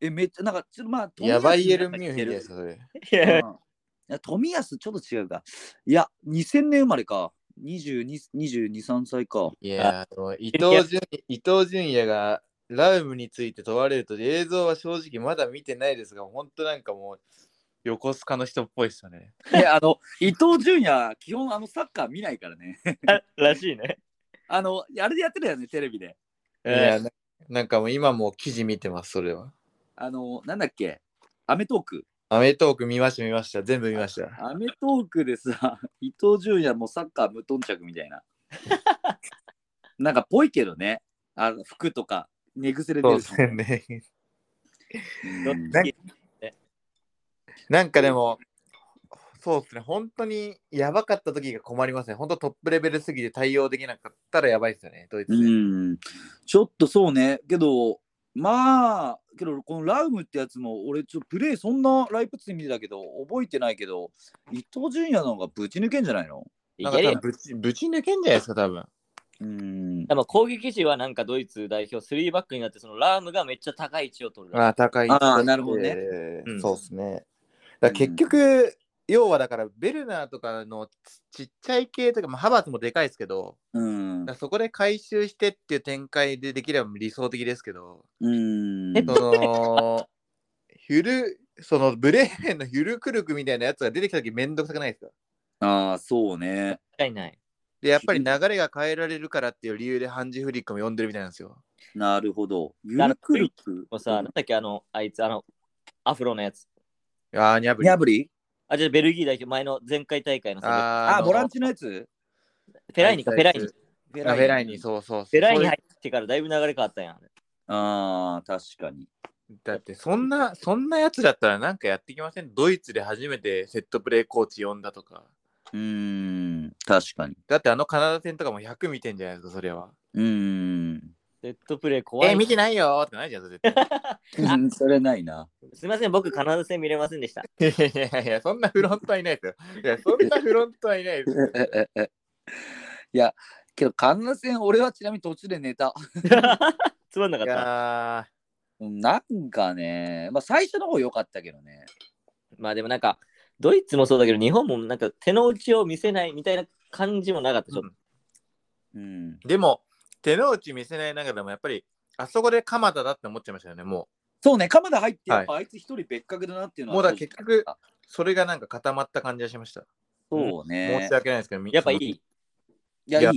[SPEAKER 1] え、めっちゃ、なんか、ちょっとまあ、
[SPEAKER 2] やばいエル
[SPEAKER 1] る
[SPEAKER 2] ミューヒルです、それ。
[SPEAKER 1] うんいや富安ちょっと違うか。いや、2000年生まれか。22、22 3歳か。
[SPEAKER 2] いやー、でも伊藤純伊藤純也がラウムについて問われると、映像は正直まだ見てないですが、本当なんかもう、横須賀の人っぽいっすよね。
[SPEAKER 1] [LAUGHS] いや、あの、伊藤純也、基本あのサッカー見ないからね。 [LAUGHS]
[SPEAKER 3] らしいね。
[SPEAKER 1] あの、あれでやってたよね、テレビで。
[SPEAKER 2] いやななんかもう今もう記事見てます、それは。
[SPEAKER 1] あの、なんだっけ、アメトーク。
[SPEAKER 2] アメトーク見ました、見ました。全部見ました。
[SPEAKER 1] アメトークでさ、伊藤純也もサッカー無頓着みた
[SPEAKER 2] [LAUGHS]
[SPEAKER 1] いな。なんかぽいけどね。あの服とか、寝癖で出
[SPEAKER 2] そう
[SPEAKER 1] る
[SPEAKER 2] で
[SPEAKER 1] し。
[SPEAKER 2] すよね。
[SPEAKER 1] うん
[SPEAKER 2] [LAUGHS] なん [LAUGHS] なんかでも、そうですね、本当にやばかった時が困りますね。本当トップレベルすぎて対応できなかったらやばいですよね、ドイツで。
[SPEAKER 1] うん、ちょっとそうね、けど、まあ、けど、このラウムってやつも、俺、ちょっとプレー、そんなライプツィ見てたけど、覚えてないけど、伊藤純也の方がぶち抜けんじゃないの
[SPEAKER 2] な
[SPEAKER 3] や
[SPEAKER 2] んか
[SPEAKER 3] り
[SPEAKER 2] 多
[SPEAKER 3] ゃ
[SPEAKER 2] 分ぶちぶち抜けんじゃないですか、多分。
[SPEAKER 1] うん
[SPEAKER 3] で。も攻撃時はなんかドイツ代表3バックになってそのラームがめっちゃ高い位置を取るらしい。
[SPEAKER 2] ああ、高い。
[SPEAKER 1] あーなるほどね
[SPEAKER 2] えー
[SPEAKER 3] うん
[SPEAKER 2] そうですね。だから結局、要はだから、ベルナーとかのちちっちゃい系とか、まあ、ハバーツもでかいですけど、
[SPEAKER 1] うん
[SPEAKER 2] だか。らそこで回収してっていう展開でできれば理想的ですけど、
[SPEAKER 1] うん。
[SPEAKER 2] その、ヒュル、そのブレーメンのヒュルクルクみたいなやつが出てきた時めんどくさくないですか
[SPEAKER 1] ああ、そうね。
[SPEAKER 3] 絶対ない。
[SPEAKER 2] で、やっぱり流れが変えられるからっていう理由でハンジフリックも呼んでるみたいなんですよ。
[SPEAKER 1] なるほど。ゆ
[SPEAKER 3] から
[SPEAKER 1] るくるく。
[SPEAKER 3] もうさ、なんだっけ、あの、あいつ、あの、アフロのやつ。
[SPEAKER 2] ああ、ニャブリ。
[SPEAKER 1] 破り
[SPEAKER 3] あ、じゃあベルギー代表、前の前回大会のさ、
[SPEAKER 1] あ
[SPEAKER 2] あ
[SPEAKER 1] あ、ボラン
[SPEAKER 2] チ
[SPEAKER 1] チのやつ
[SPEAKER 3] ペライニか、ペライニ。
[SPEAKER 1] ペ
[SPEAKER 2] あベライニ、そうそうそう。
[SPEAKER 3] ペライ
[SPEAKER 2] そ
[SPEAKER 3] ニ
[SPEAKER 2] れ
[SPEAKER 3] 入ってからだいぶ流れ変わったやん。
[SPEAKER 1] ああ、確かに。
[SPEAKER 2] だって、そんな、そんなやつだったらなんかやってきませんドイツで初めてセットプレーコーチ呼んだとか。
[SPEAKER 1] うーん、確かに。
[SPEAKER 2] だってあのカナダ戦とかも100見てんじゃないですか、それは。
[SPEAKER 1] うーん。
[SPEAKER 3] セットプレー怖い。
[SPEAKER 2] えー、見てないよーってないじゃん、それ絶
[SPEAKER 3] [LAUGHS]
[SPEAKER 2] 対。
[SPEAKER 1] [LAUGHS] それないな。
[SPEAKER 3] すみません、僕、カナダ戦見れませんでした。
[SPEAKER 2] いやいやいや、そんなフロントはいないですよ。いや、そんなフロントはいない
[SPEAKER 3] [LAUGHS]
[SPEAKER 2] ですよ。
[SPEAKER 1] いや、けど、カンナ戦、俺はちなみに途中で寝た。
[SPEAKER 3] つまんなかっ
[SPEAKER 2] い
[SPEAKER 3] た。
[SPEAKER 2] やー
[SPEAKER 1] うんなんかね、まあ、最初の方良かったけどね。
[SPEAKER 3] まあでもなんか、ドイツもそうだけど、日本もなんか手の内を見せないみたいな感じもなかった。ちょっと
[SPEAKER 1] うん。
[SPEAKER 2] でも、手の内見せない中でも、やっぱり、あそこで鎌田だって思っちゃいましたよね、も
[SPEAKER 1] そうね、鎌田入って、
[SPEAKER 2] はい
[SPEAKER 1] やっぱあいつ一人別格だなっていうの
[SPEAKER 2] う。も
[SPEAKER 1] は、
[SPEAKER 2] うだから結局、それがなんか固まった感じがしました。
[SPEAKER 1] そう
[SPEAKER 2] 申
[SPEAKER 1] ね
[SPEAKER 2] し。訳ないですけど、み
[SPEAKER 3] やっぱい。い。
[SPEAKER 1] い
[SPEAKER 2] そ
[SPEAKER 1] や、
[SPEAKER 2] のい
[SPEAKER 1] い
[SPEAKER 2] や
[SPEAKER 1] い、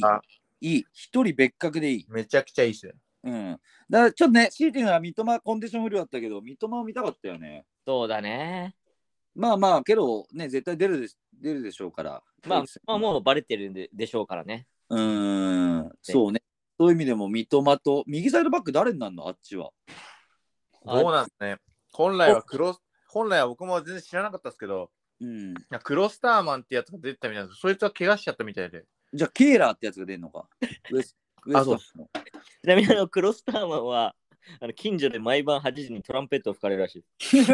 [SPEAKER 1] いい。一人別格でいい。
[SPEAKER 2] めちゃくちゃいいっすよ。
[SPEAKER 1] うん。だから、ちょっとね、強いて言うなら、三笘コンディション不良だったけど、三笘を見たかったよね。
[SPEAKER 3] そうだね。ま
[SPEAKER 1] まあまあ、けど、ね、絶対出るでし出るでしょうから。
[SPEAKER 3] あ、まあ、もうバレてるんででしょうから [LAUGHS] ね。
[SPEAKER 1] うーん、そうね。そういう意味でも、三笘と、右サイドバック誰になるのあっちは。
[SPEAKER 3] あ
[SPEAKER 2] どうなんですね。本来はクロス、本来は僕も全然知らなかったですけど、
[SPEAKER 1] うん。
[SPEAKER 2] いやクロスターマンってやつが出てたみたいなんですけどそいつは怪我しちゃったみたいで。
[SPEAKER 1] じゃあ、ケーラーってやつが出る
[SPEAKER 3] [LAUGHS]
[SPEAKER 1] のか。ウエスウエストハムの
[SPEAKER 3] ちなみにあのクロスターマンはあの近所で毎晩8時にトランペットを吹かれるらしい。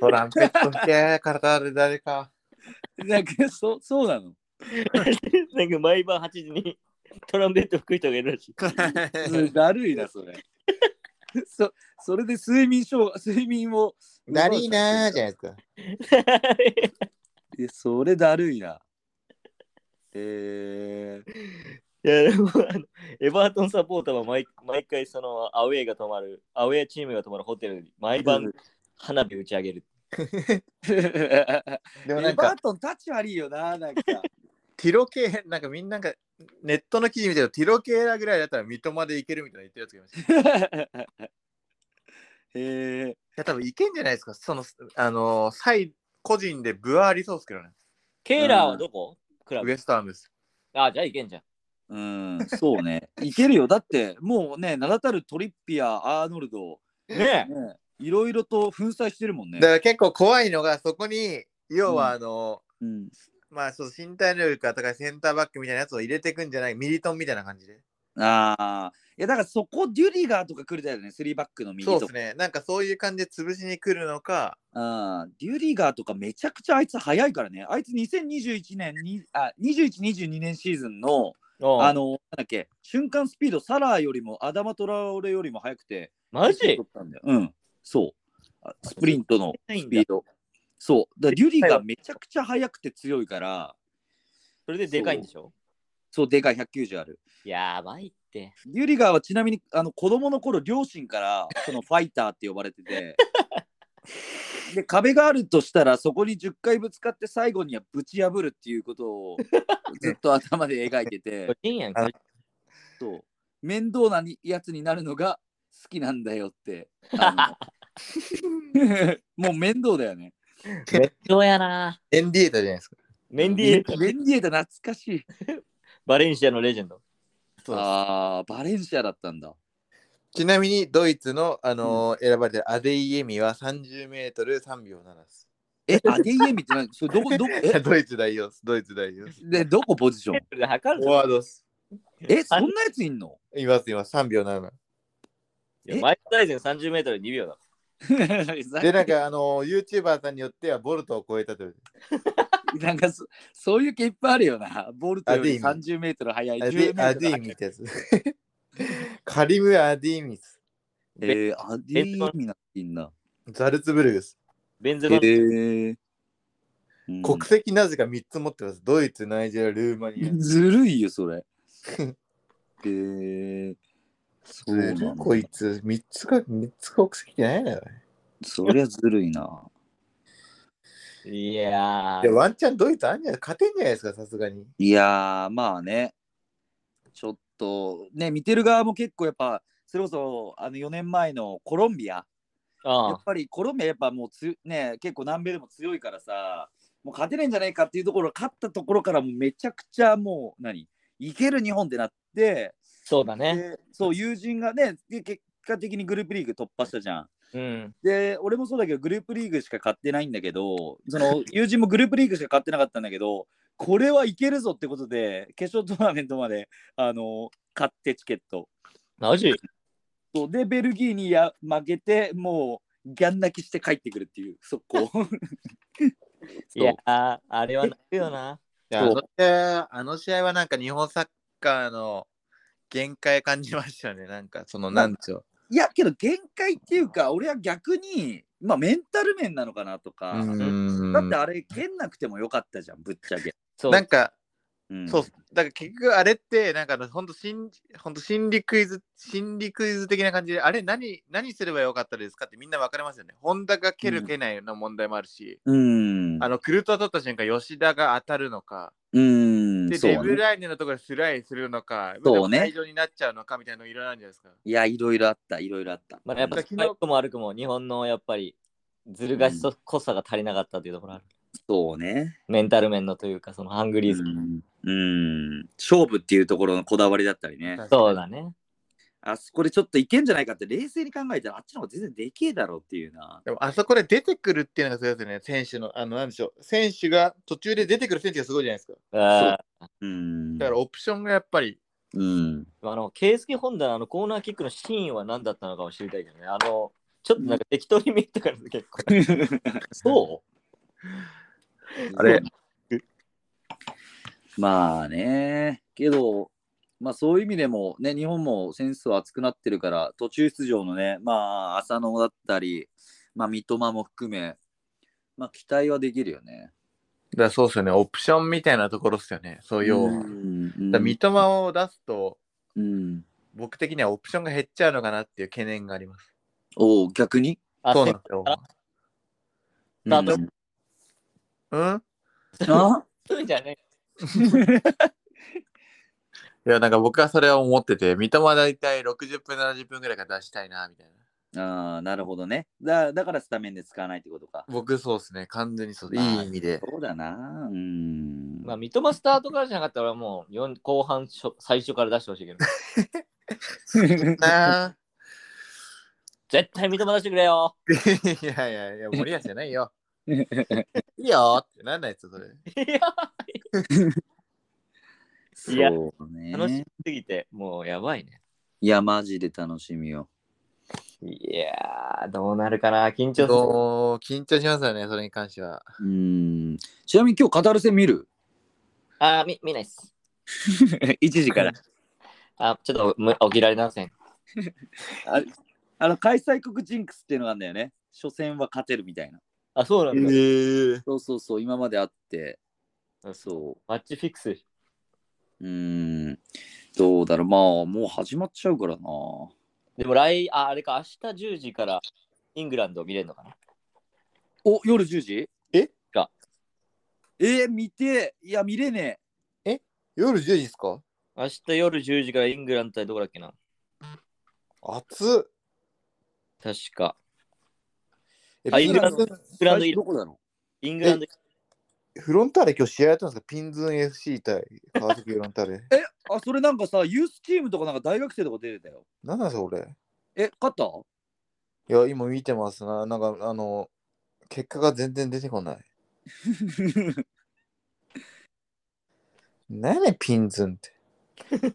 [SPEAKER 2] トランペット吹け、体ある誰か。
[SPEAKER 1] [LAUGHS] なんかそそうなの
[SPEAKER 3] [LAUGHS] [LAUGHS] なんか毎晩8時にトランペット吹く人がいるらし
[SPEAKER 2] [LAUGHS]
[SPEAKER 3] い。
[SPEAKER 1] だるいな、それ。そそれで睡眠症睡眠を。
[SPEAKER 2] なりーなーじゃないですか。
[SPEAKER 1] いやそれだるいな。えー、
[SPEAKER 3] [LAUGHS] いやでもあのエバートンサポーターは毎毎回そのアウェイが泊まる、アウェイチームが泊まるホテルに
[SPEAKER 1] [LAUGHS]
[SPEAKER 3] 毎晩花火打ち上げる。
[SPEAKER 2] でもな
[SPEAKER 1] エ
[SPEAKER 2] ん
[SPEAKER 1] バ
[SPEAKER 2] か
[SPEAKER 1] ー、トンタッチ悪いよな、なんか。
[SPEAKER 2] ティロ系、なんかみんながネットの記事見てると、ティロ系らぐらいだったら三笘でいけるみたいな言ってるやつがいました。い
[SPEAKER 1] [LAUGHS] えー、
[SPEAKER 2] や、多分いけんじゃないですか。その、あのー、サイ、個人で分はありそうですけどね。
[SPEAKER 3] ケーラーはどこクラ
[SPEAKER 2] ウ
[SPEAKER 3] ブ
[SPEAKER 2] エ。ストアームです。
[SPEAKER 3] あ、じゃあいけんじゃん。
[SPEAKER 1] うん、そうね。いけるよ。だって、もうね、名だたるトリッピア、アーノルド、
[SPEAKER 3] ね
[SPEAKER 1] ね、いろいろと粉砕してるもんね
[SPEAKER 2] だ。から結構怖いのが、そこに、要はあの
[SPEAKER 1] うん、
[SPEAKER 2] ー、まあ、その身体能力が高いセンターバックみたいなやつを入れてくんじゃない、ミリトンみたいな感じで。
[SPEAKER 1] ああ。いや、だからそこ、デュリガーとか来るだよね、スリーバックの右
[SPEAKER 2] そう
[SPEAKER 1] と
[SPEAKER 2] で
[SPEAKER 1] か。
[SPEAKER 2] すね。なんかそういう感じで潰しに来るのか、
[SPEAKER 1] あデュリガーとかめちゃくちゃあいつ早いからね。あいつ2021年に、あ、21、22年シーズンの、
[SPEAKER 3] え。あ
[SPEAKER 1] あの、なんだっけ、瞬間スピード、サラーよりも、アダマトラオレよりも速くて、
[SPEAKER 3] マ
[SPEAKER 1] 取
[SPEAKER 3] ジ
[SPEAKER 1] ったんだようん、そう。あスプリントの
[SPEAKER 3] ないん
[SPEAKER 1] ス
[SPEAKER 3] だ
[SPEAKER 1] ピード。そう。だからデュリガーめちゃくちゃ速くて強いから、
[SPEAKER 3] それででかいんでしょ
[SPEAKER 1] そう、でかい190ある。
[SPEAKER 3] やばいって。
[SPEAKER 1] デュリガーはちなみに、あの、子供の頃、両親から、そ
[SPEAKER 3] [LAUGHS]
[SPEAKER 1] の、ファイターって呼ばれてて、で、壁があるとしたら、そこに10回ぶつかって、最後にはぶち破るっていうことを、ずっと頭で描いてて
[SPEAKER 3] 巨、人やん
[SPEAKER 2] あ
[SPEAKER 1] そう面倒なにやつになるのが好きなんだよ [LAUGHS] って。あのもう面倒だよね。
[SPEAKER 3] そうやな。
[SPEAKER 2] エンディエータじゃないですか。
[SPEAKER 3] メンディ
[SPEAKER 1] メン
[SPEAKER 3] ー、
[SPEAKER 1] メンディエタ懐かしい。
[SPEAKER 3] バレンシアのレジェンド。
[SPEAKER 2] そうです
[SPEAKER 1] ああ、バレンシアだったんだ。
[SPEAKER 2] ちなみにドイツの、あのー選ばれてるアデイエミは30メートル3秒7です。
[SPEAKER 1] え、アデイエミって何それどこ、どこ、え
[SPEAKER 2] [LAUGHS] ドイツ代表です。ドイツ代 [LAUGHS] 表です。
[SPEAKER 1] で、どこポジション
[SPEAKER 3] それで測る
[SPEAKER 2] フォ
[SPEAKER 3] ぞ
[SPEAKER 2] ワードです。
[SPEAKER 1] え、そんなやついんの
[SPEAKER 2] います、います。3秒7。
[SPEAKER 3] いやマイク・タイゼン30メートル2秒だ。
[SPEAKER 2] で、なんか、あのー、YouTuber さんによってはボルトを超えたという。
[SPEAKER 1] [LAUGHS] なんかそ、そういう系いっぱいあるよな。ボルトより30メートル速い。
[SPEAKER 2] ア
[SPEAKER 1] 10
[SPEAKER 2] デ
[SPEAKER 1] メ
[SPEAKER 2] ア
[SPEAKER 1] ート
[SPEAKER 2] デ
[SPEAKER 1] ル
[SPEAKER 2] ィー
[SPEAKER 1] 速
[SPEAKER 2] ミ
[SPEAKER 1] い
[SPEAKER 2] ってやつ。 [LAUGHS] カリム・アディーミス。
[SPEAKER 1] えー、アデイエミなってんだ。
[SPEAKER 2] ザルツブルグス。
[SPEAKER 3] ベン
[SPEAKER 1] え
[SPEAKER 3] ゼマン、
[SPEAKER 1] ーうん
[SPEAKER 2] 国籍なぜか3つ持ってます。ドイツ、ナイジェリア、ルーマニア。
[SPEAKER 1] ずるいよ、それ。えー、そうなの
[SPEAKER 2] こいつ、3つか、三つ国籍ってないだよね。
[SPEAKER 1] そりゃずるいな。
[SPEAKER 3] いや
[SPEAKER 2] いや
[SPEAKER 3] ー、
[SPEAKER 2] ワンチャンドイツあんじゃない勝てんじゃないですか、さすがに。
[SPEAKER 1] いやー、まあね。ちょっと、ね、見てる側も結構やっぱ、それこそあの4年前のコロンビア。や
[SPEAKER 3] あ
[SPEAKER 1] っぱりコロンビアやっぱもうつ、ね、結構南米でも強いからさ、もう勝てないんじゃないかっていうところ、勝ったところからもうめちゃくちゃもう、何いける日本ってなって、
[SPEAKER 3] そうだね。
[SPEAKER 1] でそう、友人がね、で結果的にグループリーグ突破したじゃん。
[SPEAKER 3] うん。
[SPEAKER 1] で俺もそうだけどグループリーグしか買ってないんだけどそ
[SPEAKER 2] [LAUGHS]
[SPEAKER 1] の友人もグループリーグしか買ってなかったんだけどこれはいけるぞってことで決勝トーナメントまであの買ってチケット
[SPEAKER 3] マジ
[SPEAKER 1] そうでベルギーにや負けてもうギャン泣きして帰ってくるっていう速
[SPEAKER 2] [LAUGHS]
[SPEAKER 1] 攻
[SPEAKER 3] いやー、あれはなるよな。
[SPEAKER 2] いやあ
[SPEAKER 1] そう
[SPEAKER 2] の試合あの試合はなんか日本サッカーの限界感じましたよね、なんかそのなんちゅう。
[SPEAKER 1] いやけど限界っていうか俺は逆にまあメンタル面なのかなとか、
[SPEAKER 2] う
[SPEAKER 1] だって
[SPEAKER 2] ん
[SPEAKER 1] あれ蹴んなくてもよかったじゃんぶっちゃけ、
[SPEAKER 3] そう
[SPEAKER 2] なんか、
[SPEAKER 1] うん
[SPEAKER 2] そう、だから結局あれって、なんか本当心、本当心理クイズ、心理クイズ的な感じで、あれ何、何すればよかったですかってみんな分かれますよね。本田が蹴
[SPEAKER 1] う
[SPEAKER 2] る
[SPEAKER 1] ん
[SPEAKER 2] 蹴ないの問題もあるし、
[SPEAKER 1] うん
[SPEAKER 2] あの、クルトワ取った瞬間、吉田が当たるのか、
[SPEAKER 1] うん
[SPEAKER 2] で、
[SPEAKER 1] そう
[SPEAKER 2] デブ
[SPEAKER 1] ね
[SPEAKER 2] ライネのところでスライするのか、
[SPEAKER 1] そうね
[SPEAKER 2] 退場になっちゃうのかみたいなのいろいろあるんじゃないですか。
[SPEAKER 1] いやいろいろあったいろいろあった、
[SPEAKER 3] まあ、やっぱ
[SPEAKER 2] うん
[SPEAKER 3] スパイクも悪くも、日本のやっぱりずる賢そこさが足りなかったというところある。
[SPEAKER 1] そうね。
[SPEAKER 3] メンタル面のというか、そのハングリーズ。
[SPEAKER 1] うん、勝負っていうところのこだわりだったりね。
[SPEAKER 3] そうだね。
[SPEAKER 1] あそこでちょっといけんじゃないかって冷静に考えたらあっちの方が全然でけえだろうっていうな。
[SPEAKER 2] でもあそこで出てくるっていうのがすごいですよね、選手の、あの、なんでしょう、選手が途中で出てくる選手がすごいじゃないですか。
[SPEAKER 3] あ
[SPEAKER 1] うん。
[SPEAKER 2] だからオプションがやっぱり、
[SPEAKER 1] うん。
[SPEAKER 3] ーあの、ケイスケホンダのあのコーナーキックのシーンは何だったのかも知りたいけどね。あの、ちょっとなんか適当に見えたから結構。
[SPEAKER 2] [LAUGHS]
[SPEAKER 1] そうあれまあね、けど、まあそういう意味でも、ね、日本も戦数は熱くなってるから、途中出場のね、まあ浅野だったり、まあ三笘も含め、まあ期待はできるよね。
[SPEAKER 2] だからそうですよね、オプションみたいなところですよね、そう要は。
[SPEAKER 1] う
[SPEAKER 2] だか
[SPEAKER 1] ん
[SPEAKER 2] ら三笘を出すと、
[SPEAKER 1] うん。
[SPEAKER 2] 僕的にはオプションが減っちゃうのかなっていう懸念があります。
[SPEAKER 1] おお、逆に
[SPEAKER 3] あ
[SPEAKER 2] そうなんですよ。
[SPEAKER 3] なるほ
[SPEAKER 1] うん
[SPEAKER 2] うん
[SPEAKER 1] あ
[SPEAKER 3] そういうんじゃね
[SPEAKER 2] いや、なんか僕はそれを思ってて、三笘は大体60分、70分ぐらいから出したいな、みたいな。
[SPEAKER 1] あー、なるほどね。だだからスタメンで使わないってことか。
[SPEAKER 2] 僕そうですね、完全にそう
[SPEAKER 1] あー
[SPEAKER 2] いい意味で。
[SPEAKER 1] そうだな。うん。
[SPEAKER 3] まあ、三笘スタートからじゃなかったら、俺はもう四後半初最初から出してほしいけど。
[SPEAKER 2] なあ
[SPEAKER 3] 絶対三笘出してくれ [LAUGHS] よ。
[SPEAKER 2] [LAUGHS] いやいやいや、森保じゃないよ。 [LAUGHS] いいよってなんないっすよ、それ。
[SPEAKER 3] いや
[SPEAKER 1] そう
[SPEAKER 3] いや
[SPEAKER 1] ね。
[SPEAKER 3] 楽しすぎて、もうやばいね。
[SPEAKER 1] いや、マジで楽しみよ。
[SPEAKER 3] いやー、どうなるかな、緊張する。
[SPEAKER 2] どう緊張しますよね、それに関しては。
[SPEAKER 1] うん。ちなみに今日カタール戦見 [LAUGHS] る
[SPEAKER 3] あー、み見ないっす。
[SPEAKER 1] ?1 時から。
[SPEAKER 3] あ、ちょっとむ起きられません。
[SPEAKER 1] [LAUGHS] あの、開催国ジンクスっていうのがあるんだよね。初戦は勝てるみたいな。
[SPEAKER 3] あ、そうなんだ。
[SPEAKER 2] え
[SPEAKER 1] そうそうそう、今まであって。
[SPEAKER 3] うん
[SPEAKER 1] そ
[SPEAKER 3] マッチフィックス。
[SPEAKER 1] う。うん。どうだろう。まあ、もう始まっちゃうからな。
[SPEAKER 3] でも来、あ、あれか、明日10時からイングランド見れるのかな。
[SPEAKER 1] お、夜10時
[SPEAKER 2] え
[SPEAKER 3] が
[SPEAKER 1] えー、見て。いや、見れね
[SPEAKER 2] 夜10時ですか
[SPEAKER 3] 明日夜10時からイングランド対どこだっけな。
[SPEAKER 2] 暑っ
[SPEAKER 3] 確か。
[SPEAKER 2] え
[SPEAKER 3] あ
[SPEAKER 2] ピンズン
[SPEAKER 3] イングライング
[SPEAKER 1] え。
[SPEAKER 3] ラ
[SPEAKER 1] 最
[SPEAKER 3] ンドい
[SPEAKER 1] 初どこだろ
[SPEAKER 3] イングランド、
[SPEAKER 2] フロンターレ今日試合やったんですかピンズン FC 対川崎フロンターレ。え
[SPEAKER 1] うあ、それなんかさ、ユースチームとかなんか大学生とか出てたよ。
[SPEAKER 2] なんなんですか、俺。
[SPEAKER 1] え、勝った
[SPEAKER 2] いや、今見てますな。なんか、あの、結果が全然出てこない。何やねんピンズンって。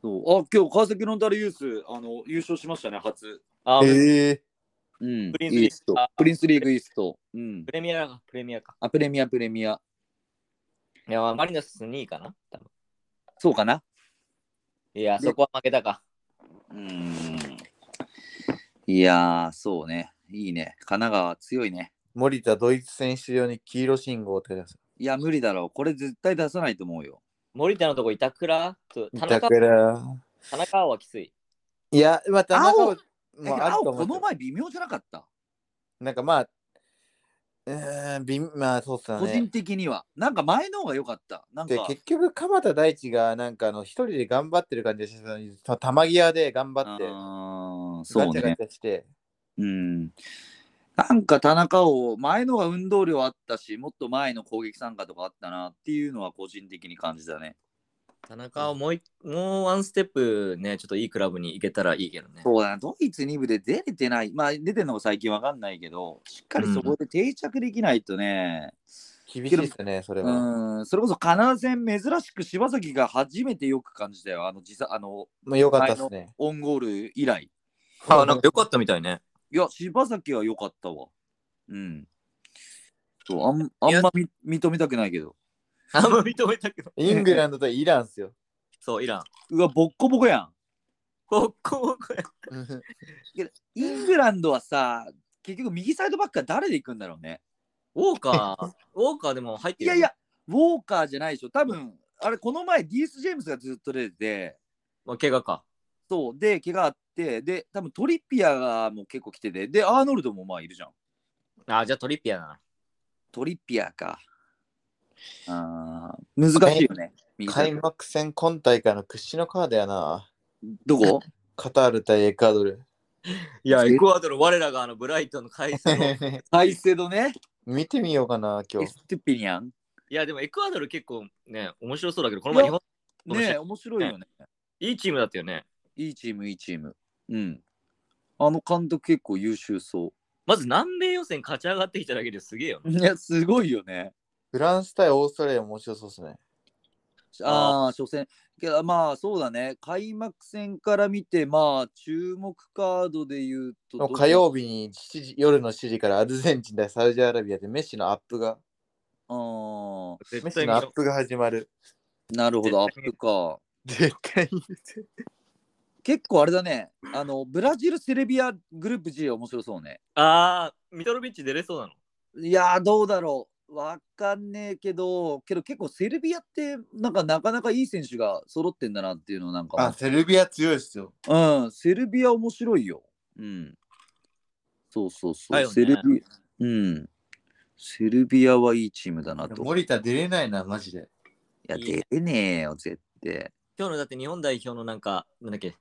[SPEAKER 1] そうあ今日川崎ロンタルユースあの優勝しましたね、初。
[SPEAKER 3] あ、
[SPEAKER 2] ええ
[SPEAKER 1] うん、
[SPEAKER 3] プリンスリーグ
[SPEAKER 1] イースト
[SPEAKER 3] あ
[SPEAKER 1] プリンスリーグイースト。うん
[SPEAKER 3] プ、レミアか、プレミアか。
[SPEAKER 1] あプレミア、プレミア。
[SPEAKER 3] いや、マリノス2位かな。多分
[SPEAKER 1] そうかな。
[SPEAKER 3] いや、そこは負けたか。
[SPEAKER 1] うん。いやー、そうね。いいね。神奈川強いね。
[SPEAKER 2] 森田ドイツ選手用に黄色信号って出す。
[SPEAKER 1] いや、無理だろう。これ絶対出さないと思うよ。
[SPEAKER 3] 森田のとこ板倉と田
[SPEAKER 2] だ
[SPEAKER 3] 中
[SPEAKER 2] から。
[SPEAKER 3] 田中はきつい。
[SPEAKER 2] いや、まあ、田中
[SPEAKER 1] 青
[SPEAKER 2] はもうあると
[SPEAKER 1] 青
[SPEAKER 2] 思
[SPEAKER 1] こ
[SPEAKER 2] う
[SPEAKER 1] の前微妙じゃなかった。
[SPEAKER 2] なんかまあ、うーん、びんまあ、そうっすよ
[SPEAKER 1] 個
[SPEAKER 2] ね
[SPEAKER 1] 人。的には。なんか前の方が良かった。なん
[SPEAKER 2] で
[SPEAKER 1] か、
[SPEAKER 2] 結局、鎌田大地がなんかあの一人で頑張ってる感じがしてたのに、た玉際で頑張って、
[SPEAKER 1] あー
[SPEAKER 2] ガ
[SPEAKER 1] そう
[SPEAKER 2] チャガ
[SPEAKER 1] ね
[SPEAKER 2] チ。ャして、
[SPEAKER 1] うんなんか田中を前のが運動量あったしもっと前の攻撃参加とかあったなっていうのは個人的に感じたね。
[SPEAKER 3] 田中はもういもうワンステップね、ちょっといいクラブに行けたらいいけどね。
[SPEAKER 1] そうだなドイツ2部で出れてないまあ出てるのが最近わかんないけどしっかりそこで定着できないとね、
[SPEAKER 2] 厳しいっすね、それ
[SPEAKER 1] う
[SPEAKER 2] は。
[SPEAKER 1] ん、それこそカナダ戦珍しく柴崎が初めてよく感じたよあの時差あの
[SPEAKER 2] まあ、よかったっすね。
[SPEAKER 1] オンゴール以来。
[SPEAKER 3] あなんか良かったみたいね。
[SPEAKER 1] いや柴崎は良かったわ。うん。そうあんあんまみ認めたくないけど。
[SPEAKER 3] あんま認めたけど。
[SPEAKER 2] [LAUGHS] イングランドとイランっすよ。
[SPEAKER 3] そう、イラン。
[SPEAKER 1] うわボッコボコやん。
[SPEAKER 3] こここ
[SPEAKER 1] イングランドはさ、結局右サイドバックは誰で行くんだろうね。
[SPEAKER 3] ウォーカー、ウォーカーでも入って
[SPEAKER 1] い
[SPEAKER 3] る
[SPEAKER 1] や
[SPEAKER 3] よ
[SPEAKER 1] いや、ウォーカーじゃないでしょ。多分あれ、この前、ディース・ジェームスがずっと出てて、
[SPEAKER 3] まあ、怪我か。
[SPEAKER 1] そう、で、怪我あって、で、多分トリッピアがもう結構来てて、で、アーノルドもまあいるじゃん。
[SPEAKER 3] あ、じゃあトリッピアだな。
[SPEAKER 1] トリッピアか。あー難しいよね。右サイ
[SPEAKER 2] [LAUGHS] 開
[SPEAKER 1] ド
[SPEAKER 2] 幕戦今大会の屈指のカードやな。
[SPEAKER 1] どこ
[SPEAKER 2] カタール対エクアドル。
[SPEAKER 3] い
[SPEAKER 1] やエ
[SPEAKER 3] クアドル、我らがあのブライトンの開催
[SPEAKER 1] サイセドね。
[SPEAKER 2] [LAUGHS] 見てみようかな、今
[SPEAKER 1] エ
[SPEAKER 2] 日。
[SPEAKER 1] スティピニャン。
[SPEAKER 3] いや、でもエクアドル結構ね、面白そうだけど、この前日本、
[SPEAKER 1] ねえ面白いよね。
[SPEAKER 3] いいチームだったよね。
[SPEAKER 1] いいチーム、いいチーム。うん。あの監督結構優秀そ
[SPEAKER 3] まず南米予選勝ち上がってきただけですげえよ
[SPEAKER 1] う。
[SPEAKER 3] ね。
[SPEAKER 1] いや、すごいよね。
[SPEAKER 4] フランス対オーストラリア面白そうですね。
[SPEAKER 1] ああ、初戦。けどまあそうだね、開幕戦から見て、まあ注目カードで言うとどこ、
[SPEAKER 4] 火曜日に7時夜の7時からアルゼンチン対サウジアラビアでメッシのアップが、
[SPEAKER 1] あー
[SPEAKER 4] メ
[SPEAKER 3] 絶
[SPEAKER 4] ッ
[SPEAKER 3] 対
[SPEAKER 4] シ
[SPEAKER 3] 見
[SPEAKER 4] のアッ
[SPEAKER 3] ろ。
[SPEAKER 4] プが始まる。 [LAUGHS]
[SPEAKER 1] なるほど、アッ
[SPEAKER 3] 絶対
[SPEAKER 1] プか。
[SPEAKER 4] 絶対に。
[SPEAKER 1] 結構あれだね、あのブラジル、セルビアグループ G 面白そうね。
[SPEAKER 3] あー、ミトロビッチ出れそうなの
[SPEAKER 1] いやー、どうだろう。わかんねえけど、けど結構セルビアってなんかなかなかいい選手が揃ってんだなっていうのなん
[SPEAKER 2] あ、
[SPEAKER 1] か、
[SPEAKER 2] セルビア強いですよ。
[SPEAKER 1] うん、セルビア面白いよ。うん。そうそうそう、
[SPEAKER 3] だよね
[SPEAKER 1] セルビア、うん。セルビアはいいチームだなと。
[SPEAKER 2] 森田出れないな、マジで。
[SPEAKER 1] いや、
[SPEAKER 3] いいね
[SPEAKER 1] 出れねえよ、絶対。
[SPEAKER 3] 今日のだって日本代表のなんか、なんだっけ、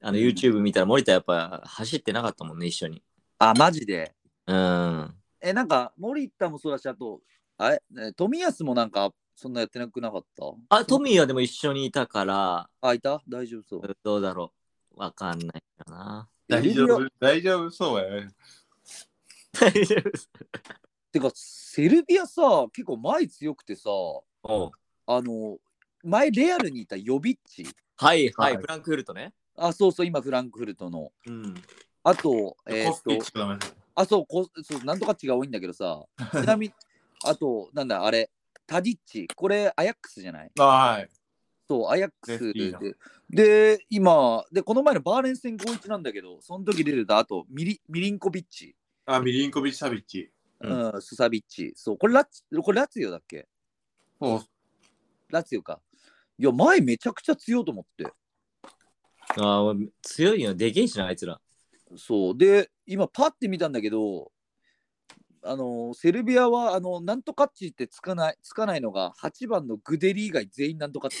[SPEAKER 3] あの YouTube 見たら森田やっぱ走ってなかったもんね、一緒に。
[SPEAKER 1] あ、マジで。
[SPEAKER 3] うん。
[SPEAKER 1] え、なんか、森田もそうだし、あと、あれ、え富安もなんか、そんなやってなくなかった
[SPEAKER 3] あ、トミーはでも一緒にいたから、
[SPEAKER 1] あ、いた大丈夫そう。
[SPEAKER 3] どうだろう。わかんないかな。
[SPEAKER 1] セ
[SPEAKER 2] 大丈
[SPEAKER 1] ルビア
[SPEAKER 2] 夫、大丈夫そうやね。
[SPEAKER 3] 大丈夫です
[SPEAKER 1] てか、セルビアさ、結構前強くてさ、
[SPEAKER 3] [LAUGHS] おう
[SPEAKER 1] あの、前レアルにいたヨビッチ。
[SPEAKER 3] はいは、
[SPEAKER 2] はいい
[SPEAKER 3] フランクフルトね。
[SPEAKER 1] あ、そうそう、今フランクフルトの。
[SPEAKER 3] うん。
[SPEAKER 1] あと、え
[SPEAKER 2] コ
[SPEAKER 1] ーっ
[SPEAKER 2] スティッ
[SPEAKER 1] と
[SPEAKER 2] チ、とダメだ。
[SPEAKER 1] あ、そう、こそうなんとかっちが多いんだけど
[SPEAKER 2] [LAUGHS]
[SPEAKER 1] さ、ちなみに、あと、なんだ、あれ、タディッチ。これ、アヤックスじゃない
[SPEAKER 2] あはい。
[SPEAKER 1] そう、アヤックス
[SPEAKER 2] レフティー
[SPEAKER 1] で。で、今、で、この前のバーレン戦5-1なんだけど、その時出てた、あとミリ、ミリンコビッチ、
[SPEAKER 2] あ、ミリンコビッチ・サビッチ。
[SPEAKER 1] うん
[SPEAKER 3] う
[SPEAKER 1] スサビッチ。そう、これラツ、これラツヨだっけ
[SPEAKER 2] もう、 [LAUGHS]
[SPEAKER 1] ラツヨか。いや、前めちゃくちゃ強いと思って。
[SPEAKER 3] あー強いよ。でけえしな、あいつら。
[SPEAKER 1] そう。で、今、パッて見たんだけど、あのセルビアはあのなんとかっちってつかないつかないのが8番のグデリ以外全員なんとかっち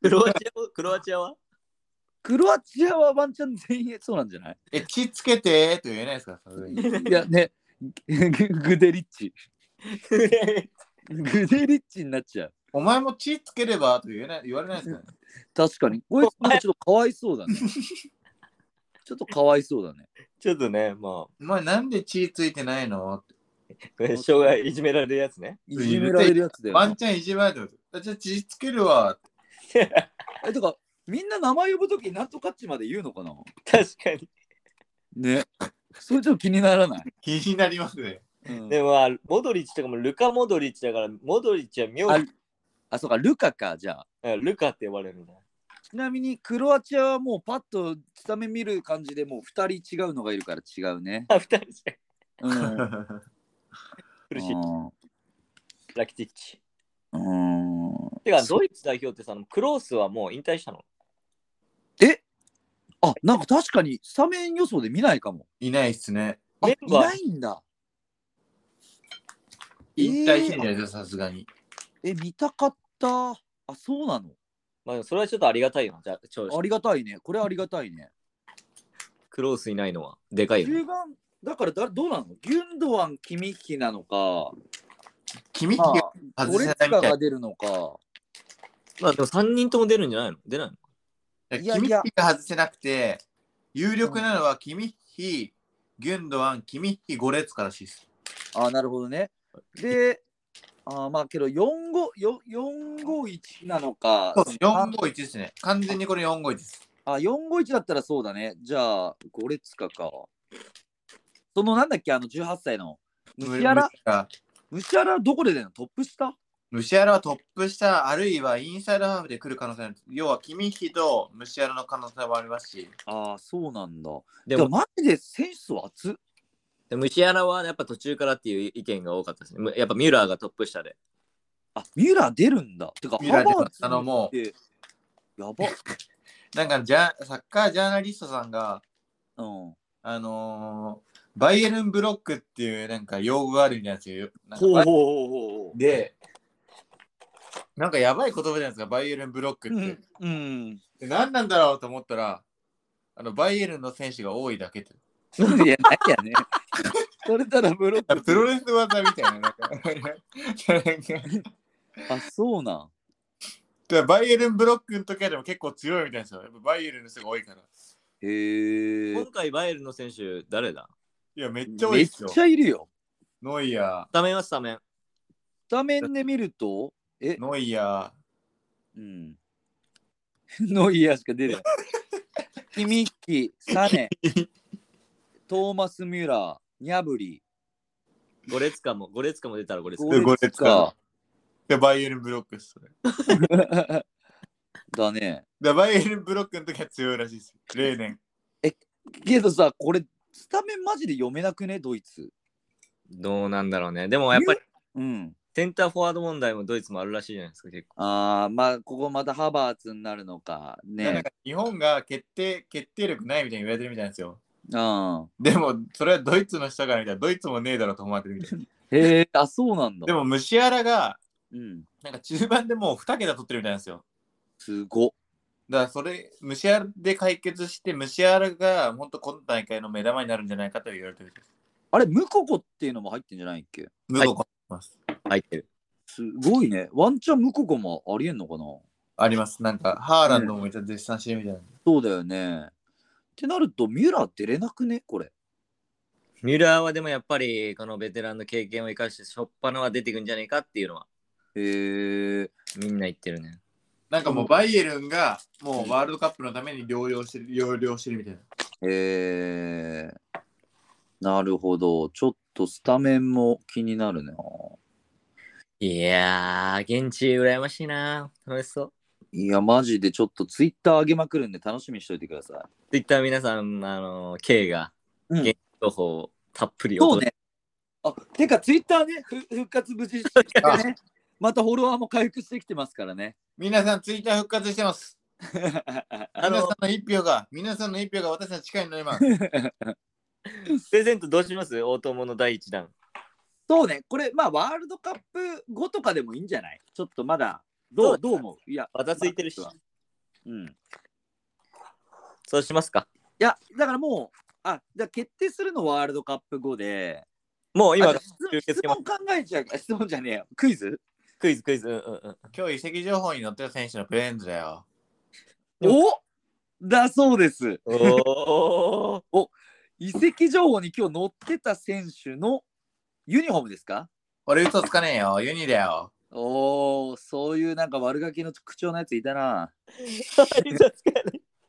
[SPEAKER 3] クロアチアはクロアチア [LAUGHS] は
[SPEAKER 1] クロアチアはワンチャン全員そうなんじゃない
[SPEAKER 2] え、血つけてーって言えないですかさすがに
[SPEAKER 1] いやねグデリッチグデリッチになっちゃう
[SPEAKER 2] お前も血つければと言えない言われないですかね
[SPEAKER 1] 確かに。こいつなんかちょっとかわいそうだね。ちょっとかわいそうだね。
[SPEAKER 3] ちょっとね、ま
[SPEAKER 2] お前なんで血ついてないのって
[SPEAKER 3] あ、障害いじめられるやつね。 [LAUGHS]
[SPEAKER 1] いじめられるやつだよ
[SPEAKER 2] ワ
[SPEAKER 1] な、
[SPEAKER 2] ンチャンいじめられてる。あじゃあ血つけるわ。
[SPEAKER 1] え、てか、みんな名前呼ぶとき、なんとかっちまで言うのかな
[SPEAKER 3] 確かに。
[SPEAKER 1] ね。それちょっと気にならない。
[SPEAKER 2] 気になりますね。
[SPEAKER 1] うん
[SPEAKER 3] でも、まあ、モドリッチとかもルカ・モドリッチだから、モドリッチは妙に
[SPEAKER 1] あ、そうか、ルカか、じゃあ。
[SPEAKER 3] うんルカって呼ばれるんだ。
[SPEAKER 1] ちなみに、クロアチアはもうパッとスタメン見る感じでもう2人違うのがいるから違うね。
[SPEAKER 3] あ、 [LAUGHS] 二人じゃ
[SPEAKER 1] うん。うん
[SPEAKER 3] 苦しい。ラキティッチ。
[SPEAKER 1] うん
[SPEAKER 3] てか、ドイツ代表ってさ、クロースはもう引退したの。
[SPEAKER 1] あ、なんか確かにスタメン予想で見ないかも。
[SPEAKER 2] [LAUGHS] いないっすね。
[SPEAKER 1] あ、
[SPEAKER 3] メ
[SPEAKER 1] い
[SPEAKER 3] ンバー
[SPEAKER 1] ないんだ。
[SPEAKER 2] 引退してんじゃないですか、さすがに。
[SPEAKER 1] え、見たかった。あ、そうなの
[SPEAKER 3] まあ、でもそれはちょっとありがたいよ。じゃあ、ちょ
[SPEAKER 1] ありがたいね。これありがたいね。
[SPEAKER 3] クロースいないのは、でかいよね、
[SPEAKER 1] 中盤、だからだどうなのギュンドワン、キミッヒなのか、
[SPEAKER 2] 君
[SPEAKER 1] ま
[SPEAKER 2] が
[SPEAKER 1] あ、
[SPEAKER 2] 外
[SPEAKER 1] ゴ
[SPEAKER 2] せ
[SPEAKER 1] レ
[SPEAKER 2] な
[SPEAKER 1] ツ
[SPEAKER 2] いみた
[SPEAKER 1] カ
[SPEAKER 2] い
[SPEAKER 1] が出るのか。
[SPEAKER 3] まあ、でも3人とも出るんじゃないの出ないの
[SPEAKER 1] い
[SPEAKER 2] 君
[SPEAKER 1] やいや
[SPEAKER 2] が外せなくて、有力なのは君ひ、ギュンドワン、君ひ、ゴレツカらしいです。
[SPEAKER 1] あなるほどね。で、あまあけど4-5-4-4-5-1なのか。
[SPEAKER 2] そうです451ですね。完全にこれ451です。
[SPEAKER 1] あ、4-5-1だったらそうだね。じゃあ、ゴレツカか。そのなんだっけ、あの18歳の。虫やら
[SPEAKER 2] ら
[SPEAKER 1] 虫やらどこで出るのトップ下
[SPEAKER 2] ムシアラはトップ下、あるいはインサイドハーフで来る可能性ある。要は、君ひとムシアラの可能性もありますし、
[SPEAKER 1] ああ、そうなんだ。で
[SPEAKER 3] で
[SPEAKER 1] も
[SPEAKER 3] も、
[SPEAKER 1] マジで選手は熱っ
[SPEAKER 3] でも虫穴はやっぱ途中からっていう意見が多かったですね。むやっぱミュラーがトップ下で。
[SPEAKER 1] あ、ミュラー出るんだ。てか、
[SPEAKER 2] ミュラー出ます
[SPEAKER 1] ハバーツ
[SPEAKER 2] あのもう
[SPEAKER 1] ってやば。
[SPEAKER 2] なんかジャ、サッカージャーナリストさんが、
[SPEAKER 1] うん。
[SPEAKER 2] あのーバイエルンブロックっていうなんか用語があるみたいなんですよ。なんか
[SPEAKER 1] ほうほうほうほうほ
[SPEAKER 2] で、なんかやばい言葉じゃないですか、バイエルンブロックって。
[SPEAKER 1] う。うん。
[SPEAKER 2] で何なんだろうと思ったら、あのバイエルンの選手が多いだけって。
[SPEAKER 1] うん。いや、ないやね。 [LAUGHS] それたらブロッ
[SPEAKER 2] あ
[SPEAKER 1] ク。
[SPEAKER 2] プロレス [LAUGHS] 技みたいな。なんかなんか
[SPEAKER 1] あ、そうなん。
[SPEAKER 2] からバイエルンブロックの時はでも結構強いみたいなんですよ。やっぱバイエルンの人が多いから。
[SPEAKER 1] へえ
[SPEAKER 3] 今。回バイエルンの選手、誰だ
[SPEAKER 2] いや、めっちゃ多い
[SPEAKER 1] め
[SPEAKER 2] で
[SPEAKER 1] っ
[SPEAKER 2] すよ。
[SPEAKER 1] ちゃいるよ。
[SPEAKER 2] ノイヤ
[SPEAKER 3] スタメンはスタメン。
[SPEAKER 1] スタメンで見ると、え
[SPEAKER 2] ー、、ノイヤ
[SPEAKER 1] うん。ノイアーしか出 [LAUGHS] てない。キミッキ、サネ、トーマス・ミュラー、ニャブリ、
[SPEAKER 3] ゴレツカも、ゴレツカも出たらゴレツ
[SPEAKER 1] ゴ
[SPEAKER 3] カ。
[SPEAKER 2] レ
[SPEAKER 1] レツカ。
[SPEAKER 2] ー。で、バイエルンブロックです。それ
[SPEAKER 1] だね。
[SPEAKER 2] で、バイエルンブロックの時は強いらしいです。例年。
[SPEAKER 1] けどさ、これ、スタメンマジで読めなくね、ドイツ。
[SPEAKER 3] どうなんだろうね。でもやっぱり
[SPEAKER 1] うん。
[SPEAKER 3] センターフォワード問題もドイツもあるらしいじゃないですか、結構。
[SPEAKER 1] ああ、まあ、ここまたハバーツになるのか。
[SPEAKER 2] な
[SPEAKER 1] ね
[SPEAKER 2] ん。か日本が決定決定力ないみたいに言われてるみたいなんですよ。
[SPEAKER 1] うん。
[SPEAKER 2] でも、それはドイツの人から見たらドイツもねえだろうと思われてるみたいな。
[SPEAKER 1] へえ、あ、そうなんだ。
[SPEAKER 2] でも、ムシアラが、
[SPEAKER 1] うん。
[SPEAKER 2] なんか中盤でもう2桁取ってるみたいなんですよ。
[SPEAKER 1] すごっ。
[SPEAKER 2] だからそれ、ムシアラで解決して、ムシアラが本当今大会の目玉になるんじゃないかと言われてる。
[SPEAKER 1] あれ、ムココっていうのも入ってんじゃないっけ
[SPEAKER 2] ム
[SPEAKER 3] い
[SPEAKER 2] ココます、
[SPEAKER 3] 入ってる。
[SPEAKER 1] すごいね。ワンチャンムココもありえんのかな
[SPEAKER 2] あります。なんか、ハーランドもめっちゃ絶賛してるみたいな。
[SPEAKER 1] そうだよね。ってなると、ミュラー出れなくねこれ。
[SPEAKER 3] ミュラーはでもやっぱりこのベテランの経験を生かして、しょっぱなは出てくんじゃないかっていうのは
[SPEAKER 1] へえ。
[SPEAKER 3] みんな言ってるね。
[SPEAKER 2] なんかもうバイエルンがもうワールドカップのために療養してる、療養してるみたいな。
[SPEAKER 1] へえ。なるほど。ちょっとスタメンも気になるな。
[SPEAKER 3] いやー、現地羨ましいな。楽しそう。
[SPEAKER 1] いや、マジでちょっとツイッター上げまくるんで楽しみにしといてください。
[SPEAKER 3] Twitter 皆さん、あの、K が、
[SPEAKER 1] うん
[SPEAKER 3] 現地情報をたっぷり
[SPEAKER 1] そう。ね。あ、てかツイッターね、ふ復活無事してね。またフォロワーも回復してきてますからね。 [LAUGHS]
[SPEAKER 2] 皆さん、ツイッター復活してます。
[SPEAKER 3] あ
[SPEAKER 2] 皆さん
[SPEAKER 3] の、
[SPEAKER 2] の一票が、皆さんの一票が私の力になり
[SPEAKER 3] [LAUGHS]
[SPEAKER 2] ます。
[SPEAKER 3] プレゼントどうします大友の第一弾。
[SPEAKER 1] そうね、これ、まあ、ワールドカップ後とかでもいいんじゃないちょっとまだ、ど
[SPEAKER 3] そうう
[SPEAKER 1] どう思ういや、
[SPEAKER 3] バタついてるし。
[SPEAKER 1] うん。い
[SPEAKER 3] そうしますか。
[SPEAKER 1] や、だからもう、あ、じゃあ決定するのワールドカップ後で、
[SPEAKER 3] もう今
[SPEAKER 1] あ、質問
[SPEAKER 3] 受け
[SPEAKER 1] 質
[SPEAKER 3] 付けます
[SPEAKER 1] 問考えちゃうか、質問じゃねえよ。クイズ
[SPEAKER 3] クイズクイズ。うんうんうん。
[SPEAKER 2] 今日、移籍情報に載ってる選手のプレーンズだよ。
[SPEAKER 3] でも
[SPEAKER 1] おだそうです。 [LAUGHS]
[SPEAKER 3] おー [LAUGHS]
[SPEAKER 1] 移籍情報に今日載ってた選手のユニフォームですか
[SPEAKER 2] 俺、嘘つかねえよ。ユニだよ。
[SPEAKER 1] おお、そういうなんか悪ガキの口調のやついたな。
[SPEAKER 3] [LAUGHS]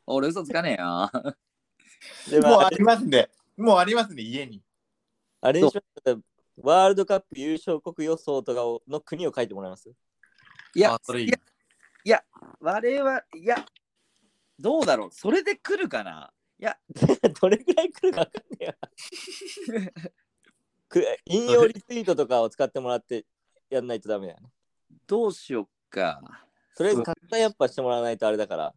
[SPEAKER 1] 俺嘘つかねえよ。
[SPEAKER 3] で
[SPEAKER 2] もう
[SPEAKER 3] も
[SPEAKER 2] あ
[SPEAKER 3] あ
[SPEAKER 2] りますんで。もうありますんで、家に。
[SPEAKER 3] あれにしますかワールドカップ優勝国予想とかをの国を書いてもらいます [LAUGHS]
[SPEAKER 1] いや
[SPEAKER 2] あ、それいい
[SPEAKER 1] いや我々いやどうだろうそれで来るかないや
[SPEAKER 3] どれぐらい来るか分かんねえや。
[SPEAKER 1] [LAUGHS]
[SPEAKER 3] く引用リツイートとかを使ってもらってやんないとダメだよね。
[SPEAKER 1] どうしよっか
[SPEAKER 3] とりあえず拡散やっぱしてもらわないとあれだから。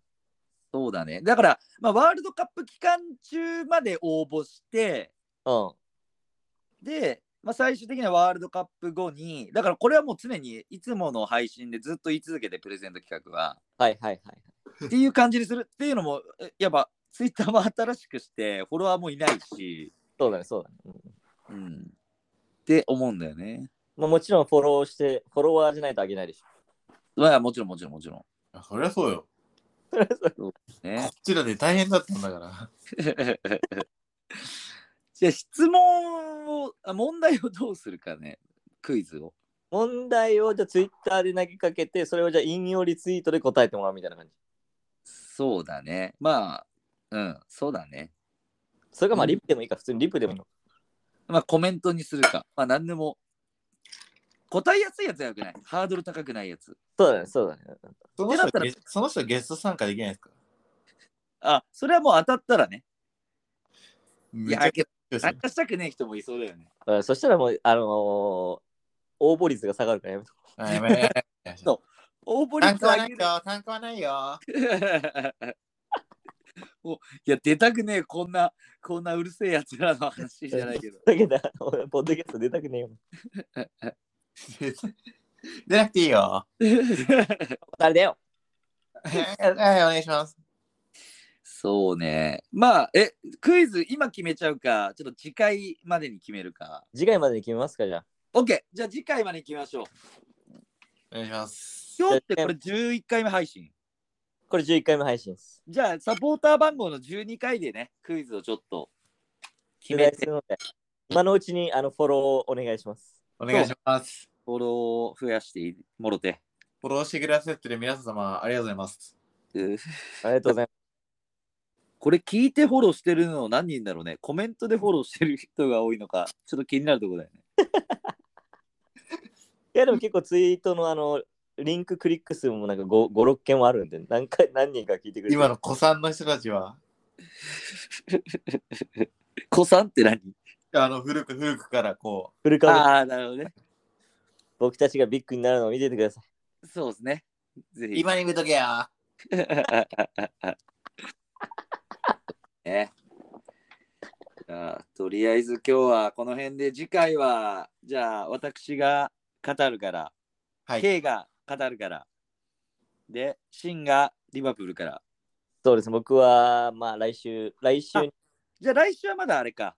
[SPEAKER 1] そうだねだから、まあ、ワールドカップ期間中まで応募して
[SPEAKER 3] うん。
[SPEAKER 1] で、まあ、最終的にはワールドカップ後にだからこれはもう常にいつもの配信でずっと言い続けてプレゼント企画
[SPEAKER 2] [LAUGHS]
[SPEAKER 1] は
[SPEAKER 3] はいはいはい。
[SPEAKER 1] っていう感じにするっていうのもえやっぱツイッターも新しくしてフォロワーもいないし、
[SPEAKER 3] そうだねそうだね。うん
[SPEAKER 1] うん、って思うんだよね
[SPEAKER 3] まあ、もちろんフォローして、フォロワーじゃないとあげないでしょ。
[SPEAKER 1] まあもちろんもちろんもちろん、
[SPEAKER 2] あそりゃそうよ。
[SPEAKER 1] ね
[SPEAKER 2] こっちだって大変だったん
[SPEAKER 1] [LAUGHS]
[SPEAKER 2] だから。
[SPEAKER 1] じゃあ質問をあ問題をどうするかねクイズを
[SPEAKER 3] 問題をじゃあツイッターで投げかけて、それをじゃあ引用リツイートで答えてもらうみたいな感じ。
[SPEAKER 1] そうだねまあうんそうだね
[SPEAKER 3] それがまあ
[SPEAKER 1] うん
[SPEAKER 3] リプでもいいか、普通にリプでもいいの。
[SPEAKER 1] まあコメントにするかまあ何でも答えやすいやつはよくないハードル高くないやつ
[SPEAKER 3] そうだね、そうだね。
[SPEAKER 2] その人
[SPEAKER 1] ってなったら
[SPEAKER 2] ゲその人ゲスト参加できないですか
[SPEAKER 1] あそれはもう当たったらねい
[SPEAKER 2] めち
[SPEAKER 1] や
[SPEAKER 2] ゃく
[SPEAKER 1] けど
[SPEAKER 2] ちゃ
[SPEAKER 1] 参加したくねえ人もいそうだよね
[SPEAKER 3] うんそしたらもう、あのー応募率が下がるからやめとこ
[SPEAKER 2] あやめやめやめ
[SPEAKER 1] そう応募
[SPEAKER 2] 参
[SPEAKER 1] 率
[SPEAKER 2] 加は
[SPEAKER 1] 上
[SPEAKER 2] な
[SPEAKER 1] げ
[SPEAKER 2] いよ
[SPEAKER 1] る。
[SPEAKER 2] 参加はないよ。
[SPEAKER 1] [LAUGHS] もういや出たくねえこんなこんなうるせえやつらの話じゃないけど
[SPEAKER 3] う。だ [LAUGHS] けど、俺、ポッドキャスト出たくねえよ。
[SPEAKER 2] 出なくていいよ。
[SPEAKER 3] 誰だよ。
[SPEAKER 2] はい、はいお願いします。
[SPEAKER 1] そうね。まあ、え、クイズ今決めちゃうか、ちょっと次回までに決めるか。
[SPEAKER 3] 次回までに決めますか、じゃあ。
[SPEAKER 1] OK! じゃあ次回までに決めましょう。
[SPEAKER 2] お願いします。
[SPEAKER 1] 今日ってこれ11回目配信。
[SPEAKER 3] これ11回目配信です。
[SPEAKER 1] じゃあ、サポーター番号の12回でね、クイズをちょっと決
[SPEAKER 3] お
[SPEAKER 1] め
[SPEAKER 3] 願い
[SPEAKER 1] て
[SPEAKER 3] するので、今のうちにあのフォローをお願いします。
[SPEAKER 2] お願いします。
[SPEAKER 1] フォローを増やしてもろて。
[SPEAKER 2] フォローしてくださってる皆様、ありがとうございます。
[SPEAKER 1] うー
[SPEAKER 3] ありがとうござい
[SPEAKER 1] これ聞いてフォローしてるの何人だろうねコメントでフォローしてる人が多いのか、ちょっと気になるところだよね。
[SPEAKER 3] ます。いや、でも結構ツイートのあの、リンククリック数もなんか5、5 6件もあるんで、何回、何人か聞いてくれてる
[SPEAKER 2] 今の子さんの人たちは、
[SPEAKER 1] 子さんって何
[SPEAKER 2] あの、古く古くからこ
[SPEAKER 3] 古川
[SPEAKER 1] ああ、なるほどね。
[SPEAKER 3] 僕たちがビッグになるのを見ててください。
[SPEAKER 1] そうですね。ぜ
[SPEAKER 2] う、
[SPEAKER 1] ひ。
[SPEAKER 2] 今に見とけよ。
[SPEAKER 1] [LAUGHS] ね。じゃあ、とりあえず今日はこの辺で、次回は、じゃあ、私が語るから、
[SPEAKER 2] はい
[SPEAKER 1] K が語るから、で、シンがリバプールから。
[SPEAKER 3] そうです、僕は、まあ来週、来週に、
[SPEAKER 1] じゃあ、来週はまだあれか。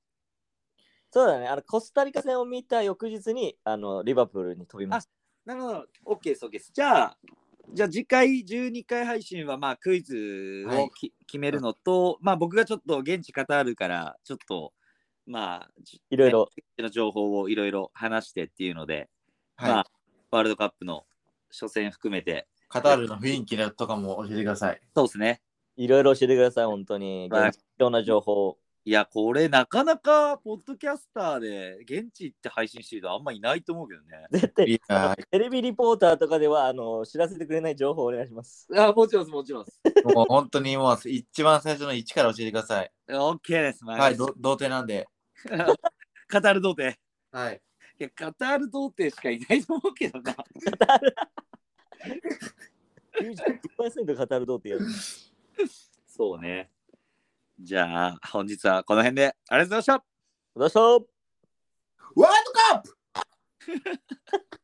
[SPEAKER 3] そうだね、あの、コスタリカ戦を見た翌日に、あの、リバプールに飛びます。
[SPEAKER 1] なるほど、OK です、OK です。じゃあ、じゃあ次回12回配信はまあクイズ
[SPEAKER 2] は
[SPEAKER 1] を
[SPEAKER 2] い
[SPEAKER 1] き、決めるのと、まあ僕がちょっと現地カタールから、ちょっとまあ、じ
[SPEAKER 3] いろいろ、
[SPEAKER 1] の情報をいろいろ話してっていうので、ま
[SPEAKER 2] は
[SPEAKER 1] あワールドカップの初戦含めて、
[SPEAKER 2] い。カタールの雰囲気だとかも教えてください。
[SPEAKER 1] そうですね。い
[SPEAKER 3] いろいろ教えてください、本当に。
[SPEAKER 1] はい
[SPEAKER 3] 貴重な情報を。
[SPEAKER 1] や、これなかなかポッドキャスターで現地行って配信してる人あんまいないと思うけどね。
[SPEAKER 3] 絶対
[SPEAKER 2] いいな
[SPEAKER 3] テレビリポーターとかではあの知らせてくれない情報をお願い
[SPEAKER 1] [LAUGHS]
[SPEAKER 3] します。
[SPEAKER 1] [LAUGHS] あもちろんです、もちろんです。
[SPEAKER 2] もう本当にもう一番最初の1から教えてください。
[SPEAKER 1] OK です、
[SPEAKER 2] はい、
[SPEAKER 1] ど
[SPEAKER 2] ど童貞なんで。
[SPEAKER 1] [LAUGHS] カタール童貞。
[SPEAKER 2] はい。
[SPEAKER 1] いや、カタール童貞しかいないと思うけどな。
[SPEAKER 3] 90%語るどうってやる。
[SPEAKER 1] そうね。じゃあ、本日はこの辺でありがとうございました。
[SPEAKER 3] どうしよう
[SPEAKER 2] ワールドカップ